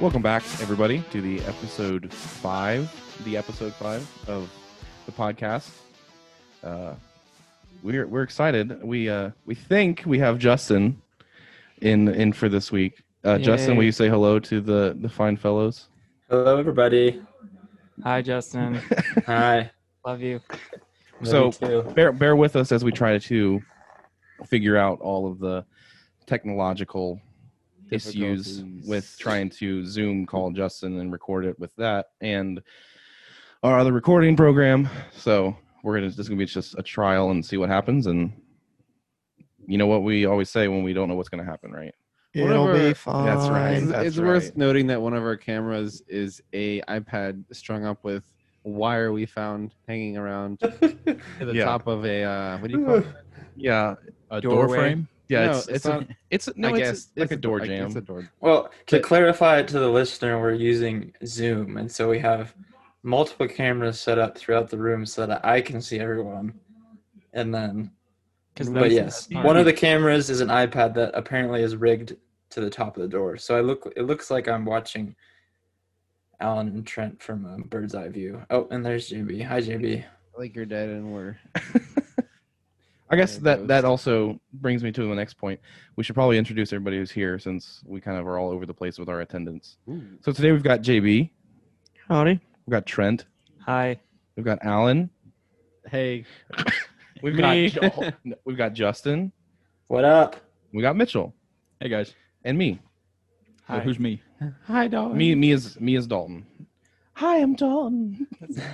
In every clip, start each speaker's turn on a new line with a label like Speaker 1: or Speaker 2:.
Speaker 1: Welcome back, everybody, to the episode five, the episode five of the podcast. Uh, we're we're excited. We uh, we think we have Justin in in for this week. Uh, Justin,
Speaker 2: Yay.
Speaker 1: will you say hello to the the fine fellows?
Speaker 3: Hello, everybody.
Speaker 2: Hi, Justin.
Speaker 3: Hi.
Speaker 2: Love you.
Speaker 3: Love
Speaker 1: So-
Speaker 3: you too.
Speaker 1: Bear bear with us as we try to figure out all of the technological issues
Speaker 3: Difficulties.
Speaker 1: with trying to Zoom call Justin and record it with that and our other recording program. So we're gonna this is gonna be just a trial and see what happens. And you know what we always say when we don't know what's gonna happen, right?
Speaker 4: It'll
Speaker 5: Whatever.
Speaker 4: be fine.
Speaker 1: That's right.
Speaker 5: Uh, It's,
Speaker 1: That's
Speaker 5: it's worth
Speaker 1: right.
Speaker 5: noting that one of our cameras is a iPad strung up with wire we found hanging around to the
Speaker 1: Yeah.
Speaker 5: top of a uh, what do you call it?
Speaker 1: Yeah, a
Speaker 2: door Doorway? frame?
Speaker 1: Yeah,
Speaker 5: No,
Speaker 1: it's it's,
Speaker 5: not-
Speaker 1: a, it's a- no,
Speaker 5: I
Speaker 1: it's
Speaker 5: guess
Speaker 1: like a
Speaker 5: it's-
Speaker 1: door
Speaker 5: I-
Speaker 1: jam.
Speaker 5: It's a door.
Speaker 3: well, to
Speaker 5: But-
Speaker 3: clarify it to the listener, we're using Zoom, and so we have multiple cameras set up throughout the room so that I can see everyone. And then,
Speaker 2: Because
Speaker 3: but yes, one of the cameras is an iPad that apparently is rigged to the top of the door. So I look, it looks like I'm watching Alan and Trent from a bird's eye view. Oh, and there's JB. Hi, JB.
Speaker 5: Like you're dead and we're
Speaker 1: I guess
Speaker 5: There it
Speaker 1: that
Speaker 5: goes.
Speaker 1: that also brings me to the next point. We should probably introduce everybody who's here since we kind of are all over the place with our attendance. So today we've got JB,
Speaker 4: Howdy.
Speaker 1: we've got Trent,
Speaker 2: Hi.
Speaker 1: we've got Alan,
Speaker 5: hey.
Speaker 1: we've
Speaker 2: Me.
Speaker 1: got Jo- no, we've got Justin,
Speaker 3: What up?
Speaker 1: we got Mitchell,
Speaker 6: Hey guys,
Speaker 1: and me.
Speaker 6: Uh,
Speaker 2: Hi.
Speaker 6: who's me?
Speaker 5: Hi dog.
Speaker 1: Me me is me is Dalton. Hi, I'm Dalton.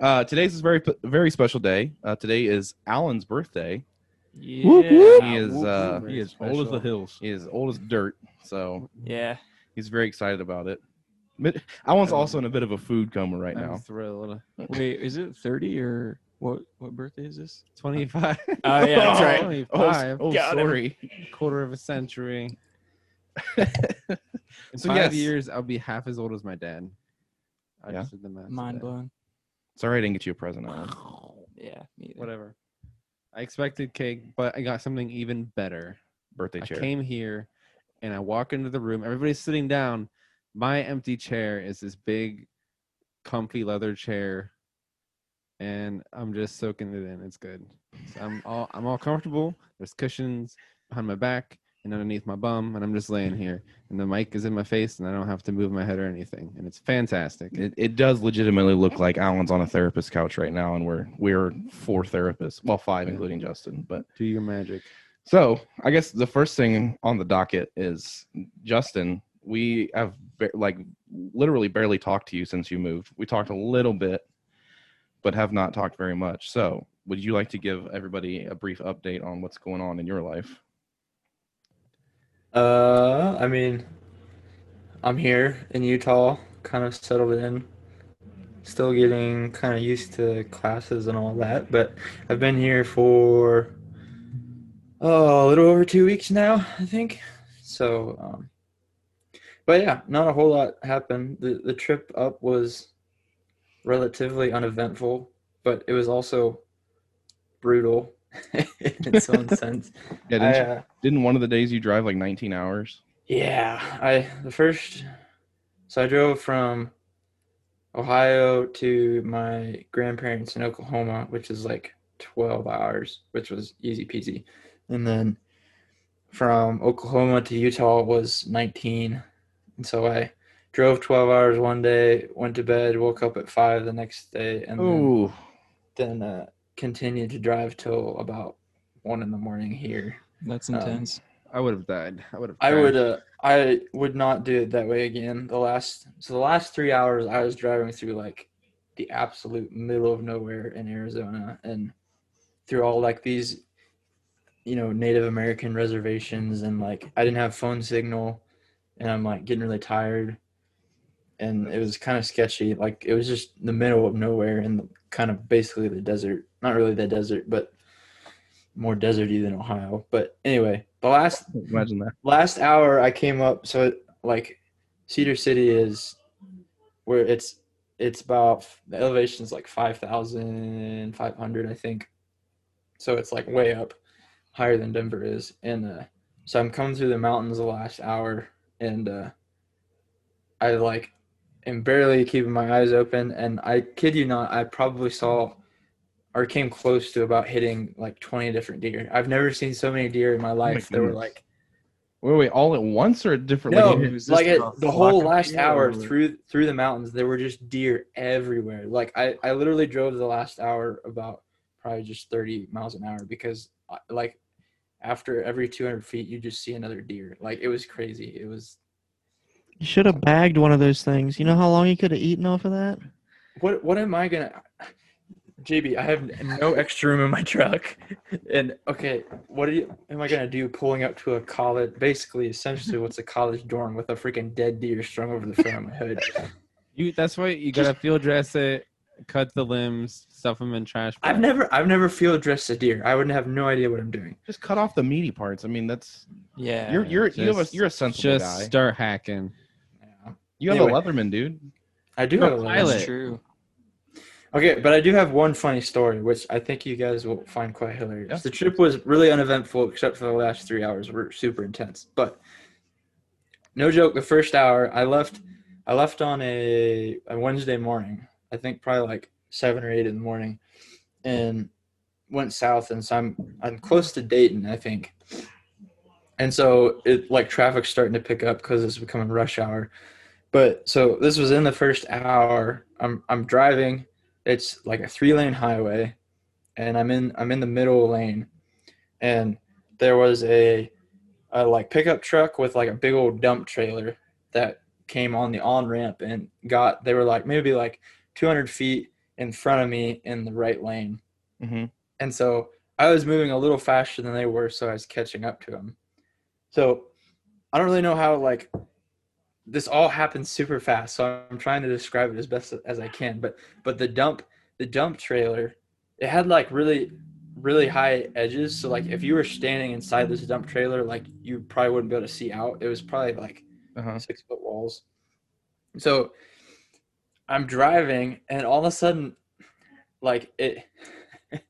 Speaker 1: uh, today's is very very special day. Uh, today is Alan's birthday.
Speaker 2: Yeah.
Speaker 4: Whoop, whoop.
Speaker 1: He is uh,
Speaker 6: He is old as the hills.
Speaker 1: he is old as dirt, so
Speaker 2: Yeah.
Speaker 1: he's very excited about it. But Alan's also in a bit of a food coma right
Speaker 5: I'm
Speaker 1: now.
Speaker 5: thrilled.
Speaker 2: Wait, is it 30 or what? What birthday is this?
Speaker 5: Twenty five.
Speaker 2: Oh, yeah, that's right.
Speaker 1: Oh,
Speaker 5: Twenty-five.
Speaker 1: oh
Speaker 2: Got him.
Speaker 1: sorry.
Speaker 5: quarter of a century. In
Speaker 1: So yes.
Speaker 5: five years, I'll be half as old as my dad. I
Speaker 1: Yeah.
Speaker 5: just did the math.
Speaker 2: Mind
Speaker 5: today.
Speaker 2: blown.
Speaker 1: Sorry I didn't get you a present, Alan.
Speaker 2: Yeah. Me either.
Speaker 5: Whatever. I expected cake, but I got something even better.
Speaker 1: Birthday
Speaker 5: I
Speaker 1: chair.
Speaker 5: came here, and I walk into the room. Everybody's sitting down. My empty chair is this big, comfy leather chair, and I'm just soaking it in. It's good. So I'm all I'm all comfortable. There's cushions behind my back and underneath my bum, and I'm just laying here. And the mic is in my face, and I don't have to move my head or anything. And it's fantastic.
Speaker 1: It, it does legitimately look like Alan's on a therapist couch right now, and we're we're four therapists, well five
Speaker 5: Yeah.
Speaker 1: including Justin. But
Speaker 5: Do your magic.
Speaker 1: so I guess the first thing on the docket is Justin. We have ba- like literally barely talked to you since you moved. We talked a little bit, but have not talked very much. So would you like to give everybody a brief update on what's going on in your life?
Speaker 3: Uh, I mean, I'm here in Utah, kind of settled in. Still getting kind of used to classes and all that, but I've been here for oh, a little over two weeks now, I think. So, um, but yeah, not a whole lot happened. The the trip up was relatively uneventful, but it was also brutal in some sense.
Speaker 1: Yeah,
Speaker 3: I,
Speaker 1: didn't, you-
Speaker 3: uh,
Speaker 1: didn't one of the days you drive like 19 hours?
Speaker 3: yeah, I the first so I drove from Ohio to my grandparents in Oklahoma, which is like 12 hours, which was easy peasy. And then from Oklahoma to Utah was 19. And so I drove 12 hours one day, went to bed, woke up at 5 the next day, and then
Speaker 1: Oh,
Speaker 3: then uh, continued to drive till about 1 in the morning here.
Speaker 2: That's
Speaker 3: Um,
Speaker 2: intense.
Speaker 5: I would have died. I would have.
Speaker 3: I would
Speaker 5: crashed.
Speaker 3: uh, I would not do it that way again. The last so the last three hours I was driving through like the absolute middle of nowhere in Arizona and through all like these you know Native American reservations and like I didn't have phone signal and I'm like getting really tired and it was kind of sketchy like it was just the middle of nowhere and the, kind of basically the desert not really the desert but more deserty than Ohio but anyway the last
Speaker 1: imagine that.
Speaker 3: last hour I came up so it, like Cedar City is where it's it's about the elevation's like 5500 I think. So it's like way up higher than Denver is and uh so I'm coming through the mountains the last hour and uh I like am barely keeping my eyes open, and I kid you not, I probably saw or came close to about hitting like 20 different deer. I've never seen so many deer in my life that were
Speaker 1: goodness.
Speaker 3: like
Speaker 1: Wait, wait, all at once or at different?
Speaker 3: no,
Speaker 1: like,
Speaker 2: you- was
Speaker 3: like, it,
Speaker 2: this a
Speaker 3: the whole
Speaker 2: flock of
Speaker 3: last
Speaker 2: deer
Speaker 3: hour
Speaker 2: or-
Speaker 3: through through the mountains, there were just deer everywhere. Like I, I literally drove the last hour about probably just thirty miles an hour because I- like after every two hundred feet, you just see another deer. Like it was crazy. It was
Speaker 4: You should have bagged one of those things. You know how long you could have eaten off of that?
Speaker 3: what what am I gonna? JB, I have no extra room in my truck, and okay, what are you? Am I gonna do pulling up to a college? Basically, essentially, what's a college dorm with a freaking dead deer strung over the front of my hood?
Speaker 5: You that's why you gotta field dress it, cut the limbs, stuff them in trash.
Speaker 3: I've
Speaker 5: bags.
Speaker 3: never I've never field dressed a deer. I wouldn't have no idea what I'm doing.
Speaker 1: just cut off the meaty parts. I mean, that's
Speaker 3: Yeah.
Speaker 1: you're you're you have a,
Speaker 5: just-
Speaker 1: you're a sensible
Speaker 5: just
Speaker 1: guy.
Speaker 5: start hacking.
Speaker 1: You have
Speaker 3: anyway.
Speaker 1: a Leatherman, dude.
Speaker 3: I do
Speaker 5: You're a
Speaker 3: have a little-
Speaker 5: pilot.
Speaker 2: That's true.
Speaker 3: Okay, but I do have one funny story, which I think you guys will find quite hilarious.
Speaker 1: Yeah.
Speaker 3: The trip was really uneventful, except for the last three hours were super intense. But no joke, the first hour I left, I left on a, a Wednesday morning. I think probably like seven or eight in the morning, and went south. And so I'm I'm close to Dayton, I think. And so it like traffic's starting to pick up because it's becoming rush hour. But so this was in the first hour. I'm I'm driving it's like a three lane highway and i'm in i'm in the middle lane and there was a, a like pickup truck with like a big old dump trailer that came on the on ramp and got they were like maybe like 200 feet in front of me in the right lane
Speaker 1: Mm-hmm.
Speaker 3: and so I was moving a little faster than they were, so I was catching up to them. So I don't really know how like this all happened super fast. So I'm trying to describe it as best as I can. But but the dump the dump trailer, it had like really really high edges. So like if you were standing inside this dump trailer, like you probably wouldn't be able to see out. It was probably like
Speaker 1: Uh-huh.
Speaker 3: six foot walls. So I'm driving, and all of a sudden, like it,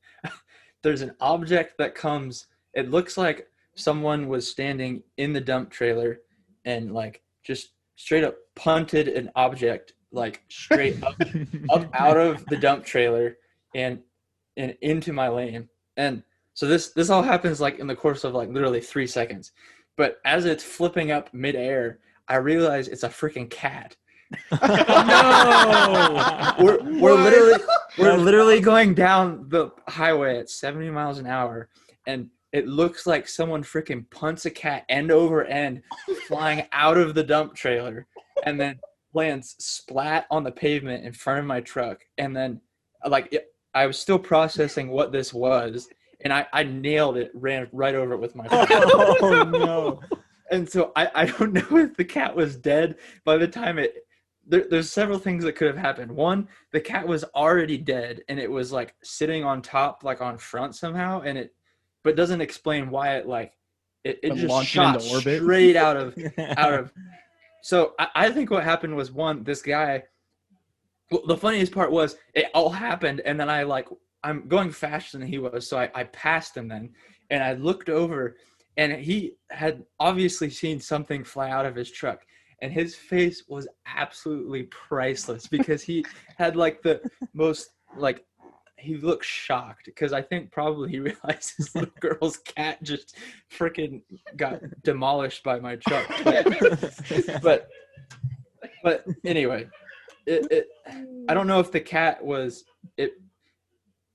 Speaker 3: there's an object that comes. It looks like someone was standing in the dump trailer and like just straight up punted an object like straight up up out of the dump trailer and and into my lane. And so this this all happens like in the course of like literally three seconds. But as it's flipping up midair, I realize it's a freaking cat. We're we're
Speaker 1: What?
Speaker 3: literally we're literally going down the highway at 70 miles an hour, and it looks like someone freaking punts a cat end over end, flying out of the dump trailer, and then lands splat on the pavement in front of my truck. And then, like, it, I was still processing what this was, and I, I nailed it, ran right over it with my. truck.
Speaker 2: oh no!
Speaker 3: and so I, I don't know if the cat was dead by the time it there, there's several things that could have happened one the cat was already dead and it was like sitting on top like on front somehow and it but doesn't explain why it like it, it
Speaker 1: It
Speaker 3: just
Speaker 1: launched it
Speaker 3: shot
Speaker 1: into orbit.
Speaker 3: straight out of out of so I, I think what happened was one this guy well, the funniest part was it all happened and then i like i'm going faster than he was so i, I passed him then and i looked over and he had obviously seen something fly out of his truck and his face was absolutely priceless because he had like the most like he looked shocked because I think probably he realized his little girl's cat just freaking got demolished by my truck. But but, but anyway, it, it I don't know if the cat was it.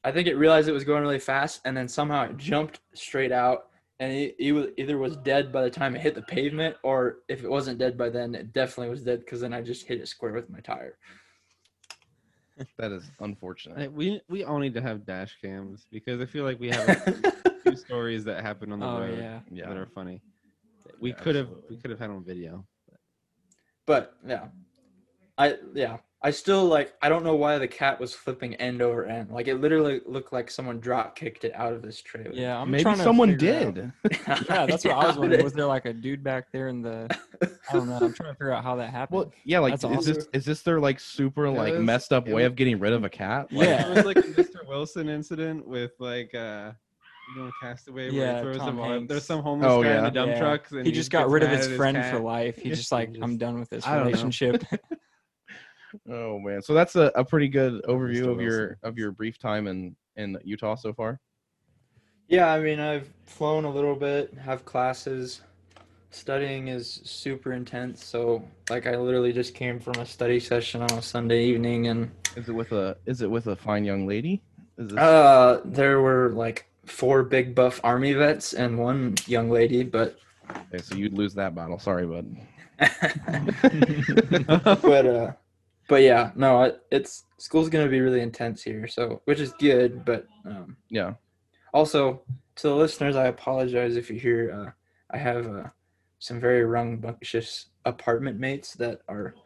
Speaker 3: I think it realized it was going really fast, and then somehow it jumped straight out. And he, he was either was dead by the time it hit the pavement, or if it wasn't dead by then, it definitely was dead because then I just hit it square with my tire.
Speaker 1: That is unfortunate.
Speaker 5: Hey, we we all need to have dash cams because I feel like we have two stories that happened on the
Speaker 2: Oh
Speaker 5: road
Speaker 2: yeah.
Speaker 5: that
Speaker 1: Yeah.
Speaker 5: are funny. We
Speaker 1: Yeah,
Speaker 5: could have
Speaker 1: absolutely.
Speaker 5: we could have had on video.
Speaker 3: But yeah, I yeah, I still like I don't know why the cat was flipping end over end. Like it literally looked like someone drop kicked it out of this trailer.
Speaker 2: Yeah. I'm
Speaker 1: Maybe
Speaker 2: trying to
Speaker 1: someone
Speaker 2: figure out-
Speaker 1: did.
Speaker 2: Yeah, that's what I was
Speaker 3: Yeah,
Speaker 2: wondering.
Speaker 3: it-
Speaker 2: Was there like a dude back there in the? I don't know. I'm trying to figure out how that happened.
Speaker 1: Well, yeah, like
Speaker 2: That's
Speaker 1: is this
Speaker 2: awesome.
Speaker 1: is this their like super
Speaker 5: Yeah,
Speaker 1: like
Speaker 5: it was-
Speaker 1: messed up
Speaker 5: it
Speaker 1: way
Speaker 5: was-
Speaker 1: of getting rid of a cat? Like,
Speaker 5: Like,
Speaker 2: Yeah.
Speaker 5: it was like a Mr. Wilson incident with like uh you know, Castaway. where he
Speaker 3: Yeah,
Speaker 5: throws
Speaker 3: Tom
Speaker 5: the ball- There's
Speaker 3: Hanks.
Speaker 5: some homeless
Speaker 1: Oh,
Speaker 5: guy in
Speaker 1: yeah.
Speaker 5: the dump
Speaker 3: Yeah.
Speaker 5: trucks, and
Speaker 3: he just got
Speaker 5: gets
Speaker 3: rid of
Speaker 5: mad
Speaker 3: his
Speaker 5: at
Speaker 3: friend for
Speaker 5: cat.
Speaker 3: life. He's just like, I'm done with this
Speaker 5: I don't know.
Speaker 3: relationship.
Speaker 1: Oh man, so that's a, a pretty good overview
Speaker 5: Mr.
Speaker 1: of your
Speaker 5: Wilson.
Speaker 1: of your brief time in in Utah so far.
Speaker 3: Yeah, I mean, I've flown a little bit, have classes. Studying is super intense, so like I literally just came from a study session on a Sunday evening, and
Speaker 1: Is it with a is it with a fine young lady? Is this,
Speaker 3: uh, there were like four big buff army vets and one young lady, but
Speaker 1: okay, so you'd lose that battle. Sorry, bud.
Speaker 3: but uh, but yeah, no, it, it's school's gonna be really intense here, so which is good, but um,
Speaker 1: Yeah.
Speaker 3: Also, to the listeners, I apologize if you hear uh, I have uh, some very rambunctious apartment mates that are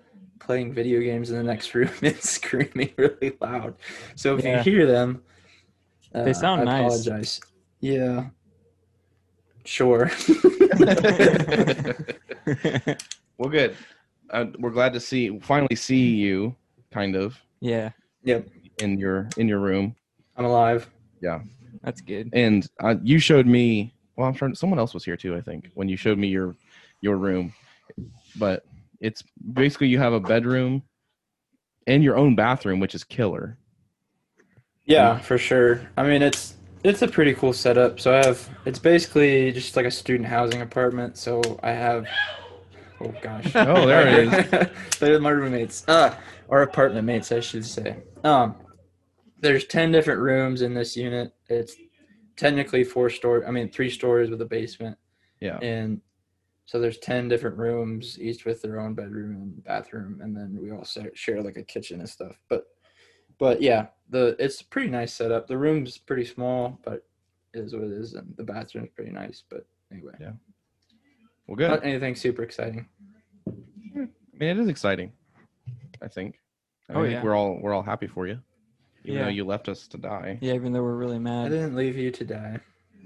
Speaker 3: playing video games in the next room and screaming really loud. So if
Speaker 2: Yeah.
Speaker 3: you hear them, uh,
Speaker 2: They sound
Speaker 3: I
Speaker 2: nice.
Speaker 3: apologize. Yeah. Sure.
Speaker 1: well, good. Uh, we're glad to see finally see you, kind of
Speaker 2: yeah,
Speaker 3: yep,
Speaker 1: in your in your room.
Speaker 3: I'm alive.
Speaker 2: that's good.
Speaker 1: And uh, you showed me. Well, I'm trying. Someone else was here too, I think, when you showed me your your room. But it's basically you have a bedroom and your own bathroom, which is killer.
Speaker 3: Yeah, for sure. I mean, it's it's a pretty cool setup. So I have it's basically just like a student housing apartment. So I have oh gosh.
Speaker 1: Oh, there it is.
Speaker 3: They're my roommates. Uh, or apartment mates, I should say. Um, there's ten different rooms in this unit. It's technically four story. I mean, three stories with a basement.
Speaker 1: Yeah.
Speaker 3: And so there's ten different rooms, each with their own bedroom and bathroom, and then we all sa- share like a kitchen and stuff. But, but yeah, the it's a pretty nice setup. The room's pretty small, but it is what it is, and the bathroom's pretty nice. But anyway,
Speaker 1: Well, good.
Speaker 2: Uh,
Speaker 3: not anything super exciting.
Speaker 1: I mean, it is exciting. I think. I
Speaker 2: Oh,
Speaker 1: think
Speaker 2: yeah.
Speaker 1: we're all we're all happy for you, even
Speaker 2: Yeah.
Speaker 1: though you left us to die.
Speaker 2: Yeah, even though we're really
Speaker 3: I
Speaker 2: mad.
Speaker 3: didn't leave you to die.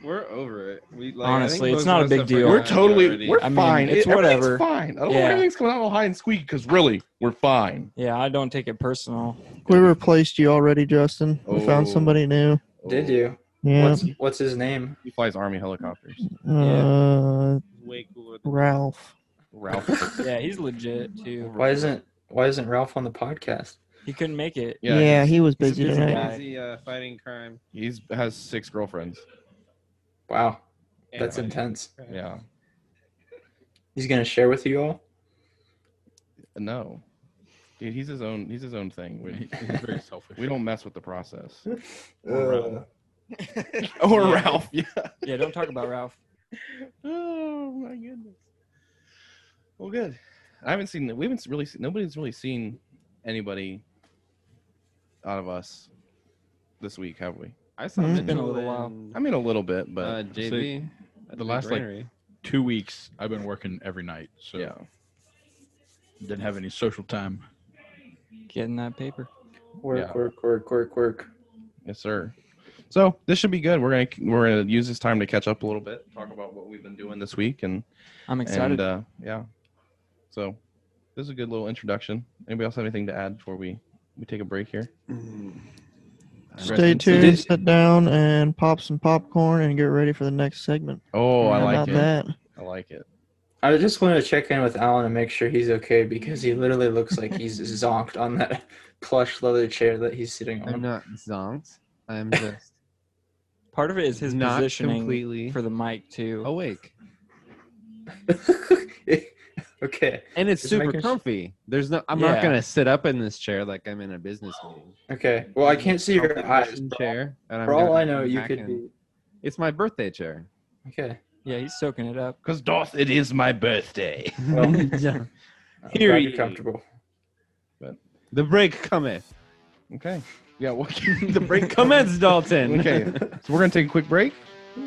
Speaker 5: We're over it. We, like, I think
Speaker 2: Honestly, it's
Speaker 5: most of
Speaker 2: not a
Speaker 5: us
Speaker 2: big
Speaker 5: have
Speaker 2: deal.
Speaker 1: We're
Speaker 5: forgotten
Speaker 1: totally
Speaker 5: already.
Speaker 1: we're
Speaker 2: I mean,
Speaker 1: fine.
Speaker 2: it's
Speaker 1: It- everything's
Speaker 2: whatever.
Speaker 1: fine. I don't know
Speaker 2: Yeah.
Speaker 1: why everything's coming out all high and squeaky because really we're fine.
Speaker 2: Yeah, I don't take it personal.
Speaker 4: We replaced you already, Justin. We found
Speaker 1: Oh.
Speaker 4: somebody new.
Speaker 3: Did you?
Speaker 4: Oh. Yeah.
Speaker 3: What's what's his name?
Speaker 1: He flies army helicopters.
Speaker 4: Uh,
Speaker 5: Way cooler than
Speaker 4: Ralph.
Speaker 1: Ralph.
Speaker 2: Yeah, he's legit too.
Speaker 3: Why isn't why isn't Ralph on the podcast?
Speaker 2: He couldn't make it.
Speaker 1: Yeah,
Speaker 4: Yeah, he was
Speaker 5: He's a
Speaker 4: busy
Speaker 5: busy
Speaker 4: tonight.
Speaker 2: guy.
Speaker 5: busy, uh, fighting crime.
Speaker 1: He's has six girlfriends.
Speaker 3: Wow,
Speaker 5: and
Speaker 3: that's
Speaker 5: fighting
Speaker 3: intense.
Speaker 5: crime.
Speaker 1: Yeah.
Speaker 3: He's gonna share with you all.
Speaker 1: No. Dude, he's his own. He's his own thing. We,
Speaker 5: He's very selfish.
Speaker 1: we don't mess with the process.
Speaker 3: Uh,
Speaker 1: Or Ralph. Yeah.
Speaker 2: Yeah, don't talk about Ralph.
Speaker 1: Oh my goodness. Well, good. I haven't seen. We haven't really. Seen, nobody's really seen anybody out of us this week, have we?
Speaker 5: I saw
Speaker 4: Mm.
Speaker 5: Mitchell
Speaker 4: It's
Speaker 2: been a little while.
Speaker 5: and,
Speaker 1: I mean, a little bit, but
Speaker 5: uh, JV.
Speaker 6: the last, like, two weeks I've been working every night, so
Speaker 1: yeah.
Speaker 6: didn't have any social time.
Speaker 2: Getting that paper.
Speaker 3: work,
Speaker 1: Yeah.
Speaker 3: work, work, work, work.
Speaker 1: Yes, sir. So this should be good. We're gonna we're gonna use this time to catch up a little bit, talk about what we've been doing this week, and
Speaker 2: I'm
Speaker 1: and
Speaker 2: excited.
Speaker 1: uh, yeah. So this is a good little introduction. Anybody else have anything to add before we we take a break here?
Speaker 5: Mm.
Speaker 4: Stay tuned,
Speaker 3: Did-
Speaker 4: sit down, and pop some popcorn and get ready for the next segment.
Speaker 1: Oh, I
Speaker 4: How
Speaker 1: like
Speaker 4: about
Speaker 1: it.
Speaker 4: that?
Speaker 1: I like it.
Speaker 3: I just wanted to check in with Alan and make sure he's okay because he literally looks like he's zonked on that plush leather chair that he's sitting
Speaker 5: I'm
Speaker 3: on.
Speaker 5: not zonked. I'm just
Speaker 2: Part of it is his
Speaker 5: not
Speaker 2: positioning
Speaker 5: completely Oh.
Speaker 2: for the mic too.
Speaker 5: awake,
Speaker 3: okay,
Speaker 5: and it's
Speaker 3: Just
Speaker 5: super
Speaker 3: making s-
Speaker 5: comfy. There's no. I'm
Speaker 2: Yeah.
Speaker 5: not gonna sit up in this chair like I'm in a business meeting.
Speaker 3: okay. Well, I can't see your eyes.
Speaker 5: Cushion chair. and I'm
Speaker 3: For all
Speaker 5: gonna
Speaker 3: I know,
Speaker 5: come
Speaker 3: you
Speaker 5: back
Speaker 3: could
Speaker 5: in.
Speaker 3: be
Speaker 5: It's my birthday chair.
Speaker 3: okay.
Speaker 2: Yeah, he's soaking it up.
Speaker 1: Cause Doth, it is my birthday.
Speaker 3: Well, I'm
Speaker 5: Here
Speaker 3: glad you're
Speaker 5: you-
Speaker 3: comfortable.
Speaker 5: The break cometh.
Speaker 1: Okay. Yeah. Well,
Speaker 5: The break cometh, Dalton.
Speaker 1: okay. So we're gonna take a quick break,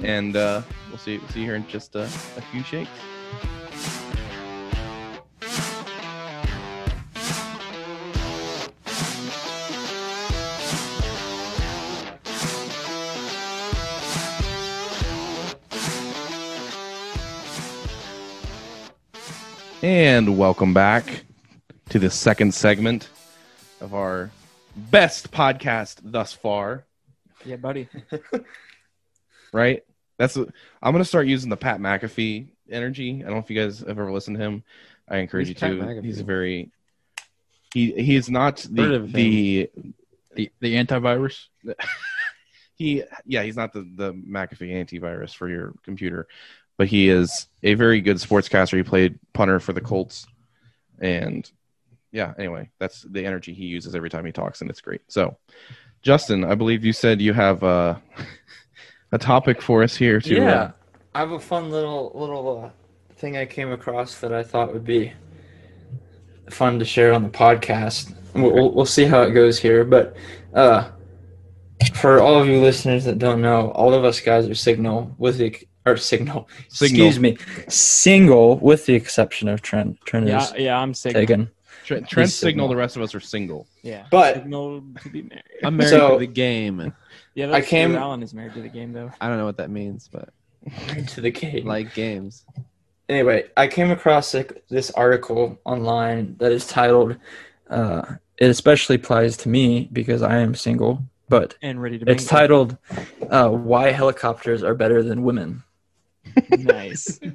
Speaker 1: and uh, we'll see see you here in just uh, a few shakes. And welcome back to the second segment of our best podcast thus far.
Speaker 2: Yeah, buddy.
Speaker 1: right? That's i am I'm gonna start using the Pat McAfee energy. I don't know if you guys have ever listened to him. I encourage
Speaker 5: Who's
Speaker 1: you
Speaker 5: Pat
Speaker 1: to.
Speaker 5: McAfee?
Speaker 1: He's very he he is not
Speaker 5: Heard
Speaker 1: the
Speaker 5: of him.
Speaker 1: the
Speaker 6: The the antivirus.
Speaker 1: he yeah he's not the the McAfee antivirus for your computer, but he is a very good sportscaster. He played punter for the Colts, and yeah. Anyway, that's the energy he uses every time he talks, and it's great. So, Justin, I believe you said you have uh, a topic for us here to uh,
Speaker 3: yeah, I have a fun little little uh, thing I came across that I thought would be fun to share on the podcast. We'll, we'll, we'll see how it goes here, but uh, for all of you listeners that don't know, all of us guys are signal with the or signal.
Speaker 1: Signal.
Speaker 3: Excuse me, single with the exception of Trent. Trent
Speaker 2: Yeah,
Speaker 3: is
Speaker 2: yeah, I'm sick.
Speaker 3: taken.
Speaker 1: Trent, Trent
Speaker 3: He's
Speaker 1: signal.
Speaker 3: signal.
Speaker 1: The rest of us are single.
Speaker 2: Yeah,
Speaker 3: But-
Speaker 2: signal to be married.
Speaker 5: I'm married
Speaker 3: So-
Speaker 5: to the game.
Speaker 2: Yeah,
Speaker 3: I
Speaker 2: that's true.
Speaker 3: came-
Speaker 2: Alan is married to the game though.
Speaker 5: I don't know what that means, but
Speaker 3: to the game.
Speaker 5: like games.
Speaker 3: anyway, I came across like, this article online that is titled. Uh, it especially applies to me because I am single, but
Speaker 2: And ready to.
Speaker 3: it's
Speaker 2: mingle.
Speaker 3: titled uh, "Why Helicopters Are Better Than Women."
Speaker 2: nice.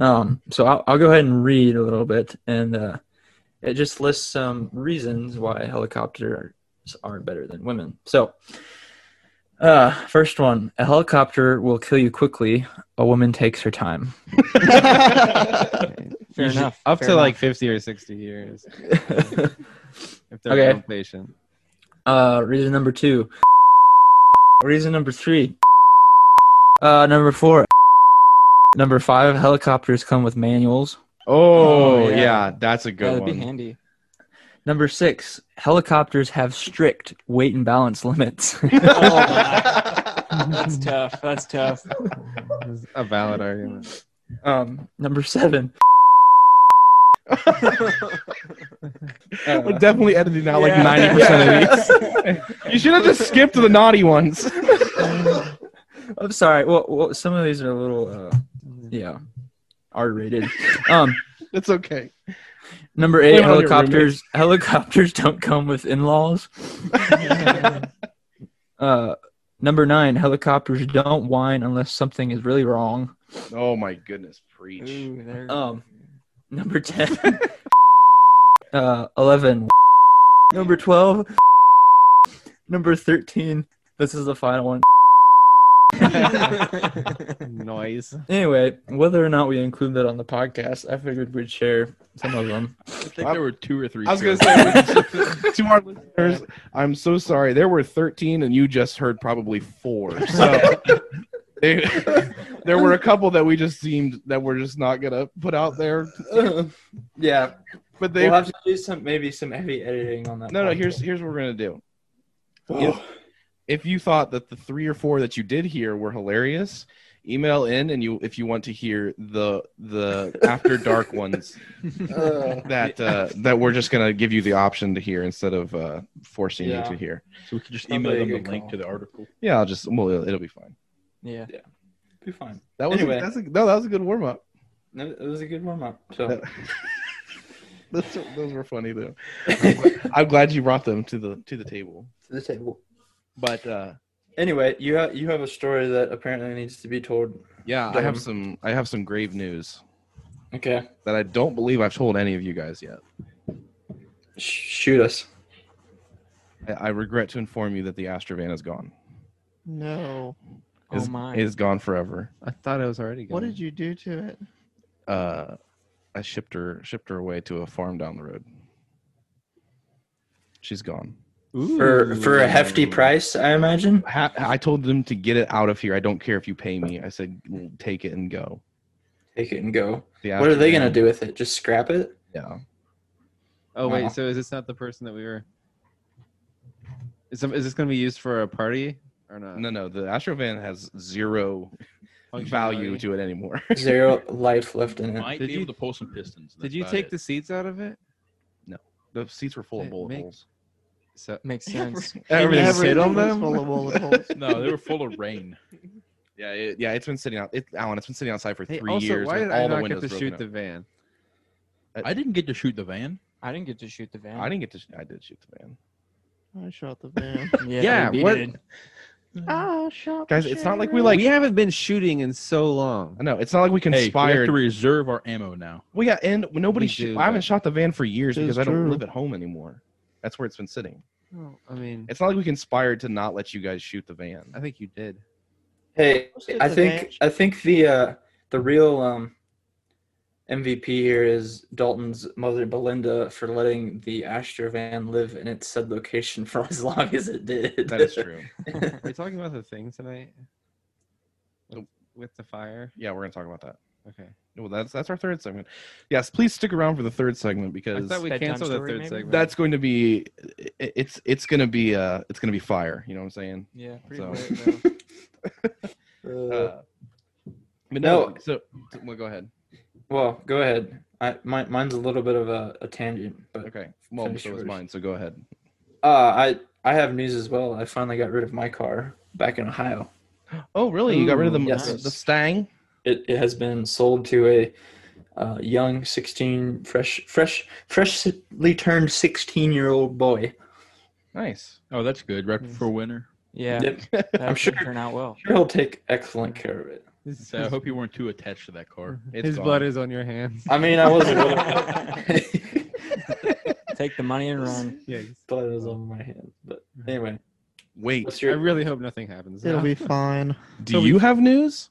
Speaker 3: Um, so I'll, I'll go ahead and read a little bit, and uh, it just lists some reasons why helicopters are better than women. So, uh, first one: a helicopter will kill you quickly. A woman takes her time.
Speaker 5: Okay.
Speaker 2: Fair
Speaker 5: Usually
Speaker 2: enough.
Speaker 5: Up
Speaker 2: fair
Speaker 5: to
Speaker 2: enough.
Speaker 5: like 50 or 60 years if they're
Speaker 3: Okay.
Speaker 5: real patient.
Speaker 3: Uh, reason number two. Reason number three. Uh, number four. Number five. Helicopters come with manuals.
Speaker 1: Oh,
Speaker 2: Oh,
Speaker 1: yeah.
Speaker 2: yeah.
Speaker 1: that's a
Speaker 2: yeah,
Speaker 1: good
Speaker 2: that'd be
Speaker 1: one.
Speaker 2: handy.
Speaker 3: Number six. Helicopters have strict weight and balance limits.
Speaker 2: Oh, my. That's tough. That's tough.
Speaker 5: That's a valid argument.
Speaker 3: um, number seven.
Speaker 1: We're definitely editing out
Speaker 2: Yeah.
Speaker 1: like 90% of these. you should have just skipped the naughty ones.
Speaker 3: I'm sorry. Well, well, some of these are a little, uh, yeah, R-rated. Um,
Speaker 1: It's okay.
Speaker 3: number eight.
Speaker 1: Blame it on your
Speaker 3: Helicopters. Helicopters don't come with in-laws. Uh, number nine. Helicopters don't whine unless something is really wrong.
Speaker 1: oh my goodness, preach.
Speaker 2: Ooh, there.
Speaker 3: Um, number ten. uh, eleven. Number twelve. Number thirteen. This is the final one.
Speaker 5: Noise.
Speaker 3: Anyway, whether or not we include that on the podcast, I figured we'd share some of them.
Speaker 6: I think there were two or three.
Speaker 1: I was gonna
Speaker 6: say.
Speaker 1: To our listeners, I'm so sorry. There were 13, and you just heard probably four. So they, there were a couple that we just seemed that we're just not gonna put out there.
Speaker 3: yeah,
Speaker 1: But they
Speaker 3: to do some maybe some heavy editing on that.
Speaker 1: no no. Here's here's what we're gonna do.
Speaker 3: Oh.
Speaker 1: if, if you thought that the three or four that you did hear were hilarious email in and you if you want to hear the the after dark ones that uh, that we're just gonna give you the option to hear instead of uh, forcing
Speaker 3: Yeah.
Speaker 1: you to hear
Speaker 6: So we could just
Speaker 3: Not
Speaker 6: email
Speaker 3: very
Speaker 6: them the
Speaker 3: good
Speaker 6: link
Speaker 3: call.
Speaker 6: to the article.
Speaker 1: yeah i'll just well it'll, it'll be fine
Speaker 2: yeah.
Speaker 3: be fine.
Speaker 1: that was
Speaker 3: Anyway.
Speaker 1: a, that's a, no that was a good warm-up
Speaker 3: No, it was a good warm up. So
Speaker 1: That- those, were- those were funny though i'm glad you brought them to the to the table
Speaker 3: to the table.
Speaker 1: but uh
Speaker 3: Anyway, you have you have a story that apparently needs to be told.
Speaker 1: yeah i
Speaker 3: Um,
Speaker 1: have some i have some grave news
Speaker 3: Okay,
Speaker 1: that i don't believe i've told any of you guys yet
Speaker 3: Sh- shoot us.
Speaker 1: I, I regret to inform you that the Astrovan is gone.
Speaker 4: No.
Speaker 2: Oh
Speaker 1: Is,
Speaker 2: my.
Speaker 1: Is gone forever.
Speaker 5: I thought it was already good.
Speaker 4: What did you do to it?
Speaker 1: Uh, I shipped her shipped her away to a farm down the road. She's gone.
Speaker 3: for for a hefty price, I imagine.
Speaker 1: Ha- I told them to get it out of here. I don't care if you pay me. I said "Well, take it and go.
Speaker 3: Take it and go.
Speaker 1: The
Speaker 3: What are they
Speaker 1: Astrovan-
Speaker 3: gonna do with it? Just scrap it?
Speaker 1: Yeah.
Speaker 5: Oh
Speaker 3: Wow.
Speaker 5: wait, so is this not the person that we were? Is some- is this going to be used for a party or not?
Speaker 1: No, no. The Astrovan has zero value
Speaker 5: Functionality?
Speaker 1: to it anymore.
Speaker 3: Zero life left in it.
Speaker 6: Might
Speaker 5: Did
Speaker 6: be
Speaker 5: you-
Speaker 6: able to pull some pistons.
Speaker 5: Did you take the seats out of it?
Speaker 1: the seats were full of
Speaker 5: Hey,
Speaker 1: bullet
Speaker 5: make-
Speaker 1: holes.
Speaker 5: So
Speaker 2: Makes sense.
Speaker 1: Everything's
Speaker 4: Everything
Speaker 1: hit on
Speaker 4: was
Speaker 1: them?
Speaker 4: full of bullet holes.
Speaker 6: the? No, they were full of rain.
Speaker 1: Yeah, it, yeah. It's been sitting out. It, Alan, it's been sitting outside for
Speaker 5: hey,
Speaker 1: three
Speaker 5: also,
Speaker 1: years.
Speaker 5: why
Speaker 1: with
Speaker 5: did I
Speaker 1: all the
Speaker 5: not get
Speaker 1: windows
Speaker 5: to
Speaker 1: broken
Speaker 5: shoot
Speaker 1: up.
Speaker 5: the van?
Speaker 6: I didn't get to shoot the van.
Speaker 2: I didn't get to shoot the van.
Speaker 1: I didn't get to. sh- I did shoot the van.
Speaker 4: I shot the van.
Speaker 2: Yeah,
Speaker 5: Yeah,
Speaker 2: you
Speaker 5: what-
Speaker 2: did.
Speaker 4: Oh, shop.
Speaker 1: Guys, it's not like we, like-
Speaker 5: we haven't been shooting in so long.
Speaker 1: I know it's not like we conspired.
Speaker 6: Hey, we have to
Speaker 1: we,
Speaker 6: reserve our ammo now.
Speaker 1: got and nobody.
Speaker 5: We
Speaker 1: sh-
Speaker 5: do,
Speaker 1: I haven't
Speaker 5: but-
Speaker 1: shot the van for years
Speaker 4: This
Speaker 1: because
Speaker 4: is
Speaker 1: I don't
Speaker 4: true.
Speaker 1: live at home anymore. That's where it's been sitting.
Speaker 5: Well, I mean,
Speaker 1: It's not like we conspired to not let you guys shoot the van.
Speaker 5: I think you did.
Speaker 3: Hey,
Speaker 4: Let's get
Speaker 3: I
Speaker 4: the
Speaker 3: think
Speaker 4: badge.
Speaker 3: I think the uh, the real um, MVP here is Dalton's mother Belinda for letting the Astro van live in its said location for as long as it did.
Speaker 1: That is true.
Speaker 5: Are we talking about the thing tonight? With, with the fire?
Speaker 1: Yeah, we're gonna talk about that.
Speaker 5: Okay.
Speaker 1: Well, that's that's our third segment. Yes, please stick around for the third segment
Speaker 5: I
Speaker 1: because
Speaker 5: thought we
Speaker 2: Bedtime
Speaker 5: canceled the
Speaker 2: story,
Speaker 5: third
Speaker 2: maybe?
Speaker 5: segment.
Speaker 1: that's going to be i- it's it's gonna be uh it's gonna be fire. You know what I'm saying?
Speaker 2: Yeah,
Speaker 1: pretty So-
Speaker 3: much, Uh,
Speaker 1: Uh, but
Speaker 3: No.
Speaker 1: no, so well, go ahead.
Speaker 3: well, go ahead. I, my, mine's a little bit of a, a tangent, but
Speaker 1: Okay. Well,
Speaker 3: Finish
Speaker 1: so is
Speaker 3: yours.
Speaker 1: mine. So go ahead.
Speaker 3: uh, I I have news as well. I finally got rid of my car back in Ohio.
Speaker 1: Oh, really? You got rid of the
Speaker 3: Ooh, yes.
Speaker 1: the, the Stang?
Speaker 3: It, it has been sold to a uh, young 16 fresh fresh freshly turned 16 year old boy.
Speaker 1: Nice.
Speaker 6: Oh, that's good. Right before winter.
Speaker 2: Yeah,
Speaker 3: Yep.
Speaker 2: that
Speaker 3: I'm sure-
Speaker 2: should turn out well.
Speaker 3: Sure, he'll take excellent care of it.
Speaker 5: His,
Speaker 6: So I hope you weren't too attached to that car.
Speaker 1: It's
Speaker 5: his
Speaker 1: gone.
Speaker 5: blood is on your hands.
Speaker 3: I mean, I wasn't really.
Speaker 2: Take the money and run.
Speaker 5: Yes.
Speaker 3: Blood was on my hands, but anyway.
Speaker 1: Wait.
Speaker 3: What's
Speaker 5: I
Speaker 3: your?
Speaker 5: really hope nothing happens.
Speaker 4: It'll be fine.
Speaker 1: Do you have news?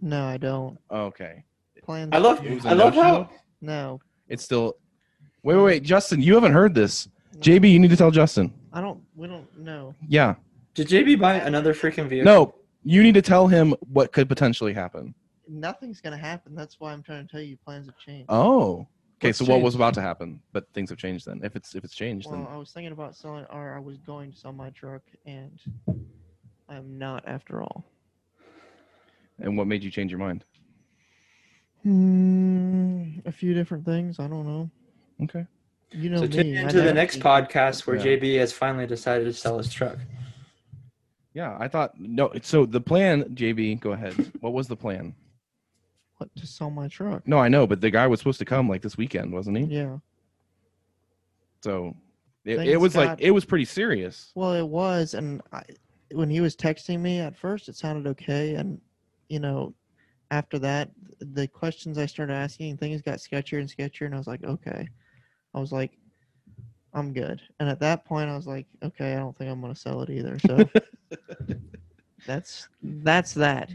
Speaker 4: No, I don't.
Speaker 1: Okay.
Speaker 4: Plans.
Speaker 3: I love.
Speaker 1: It was
Speaker 3: I love how.
Speaker 4: No.
Speaker 1: It's still. Wait, wait, wait, Justin. You haven't heard this.
Speaker 4: no.
Speaker 1: JB, you need to tell Justin.
Speaker 4: I don't. We don't know.
Speaker 1: Yeah.
Speaker 3: Did JB buy another freaking vehicle?
Speaker 1: No, you need to tell him what could potentially happen.
Speaker 4: Nothing's gonna happen. That's why I'm trying to tell you. Plans have changed.
Speaker 1: Oh. Okay.
Speaker 4: What's
Speaker 1: so what was
Speaker 4: changed?
Speaker 1: about to happen? But things have changed then. If it's if it's changed, then
Speaker 4: Well, I was thinking about selling, or I was going to sell my truck, and I'm not after all.
Speaker 1: and what made you change your mind?
Speaker 4: Hmm, a few different things. I don't know.
Speaker 1: Okay.
Speaker 4: You know
Speaker 3: So tune
Speaker 4: me. I
Speaker 3: into the
Speaker 4: never
Speaker 3: next
Speaker 4: keep-
Speaker 3: podcast where
Speaker 1: Yeah.
Speaker 3: JB has finally decided to sell his truck.
Speaker 1: Yeah, I thought no. So the plan, JB, go ahead. What was the plan?
Speaker 4: What to sell my truck?
Speaker 1: No, I know, but the guy was supposed to come like this weekend, wasn't
Speaker 3: Mm-hmm.
Speaker 1: he?
Speaker 4: Yeah.
Speaker 1: So it, it
Speaker 4: Things
Speaker 1: was like
Speaker 4: got-
Speaker 1: it was pretty serious.
Speaker 4: Well, it was, and I, when he was texting me at first, it sounded okay, and you know, after that, the questions I started asking, things got sketchier and sketchier, and I was like, okay, I was like, I'm good, and at that point, I was like, okay, I don't think I'm gonna sell it either. So that's that's that.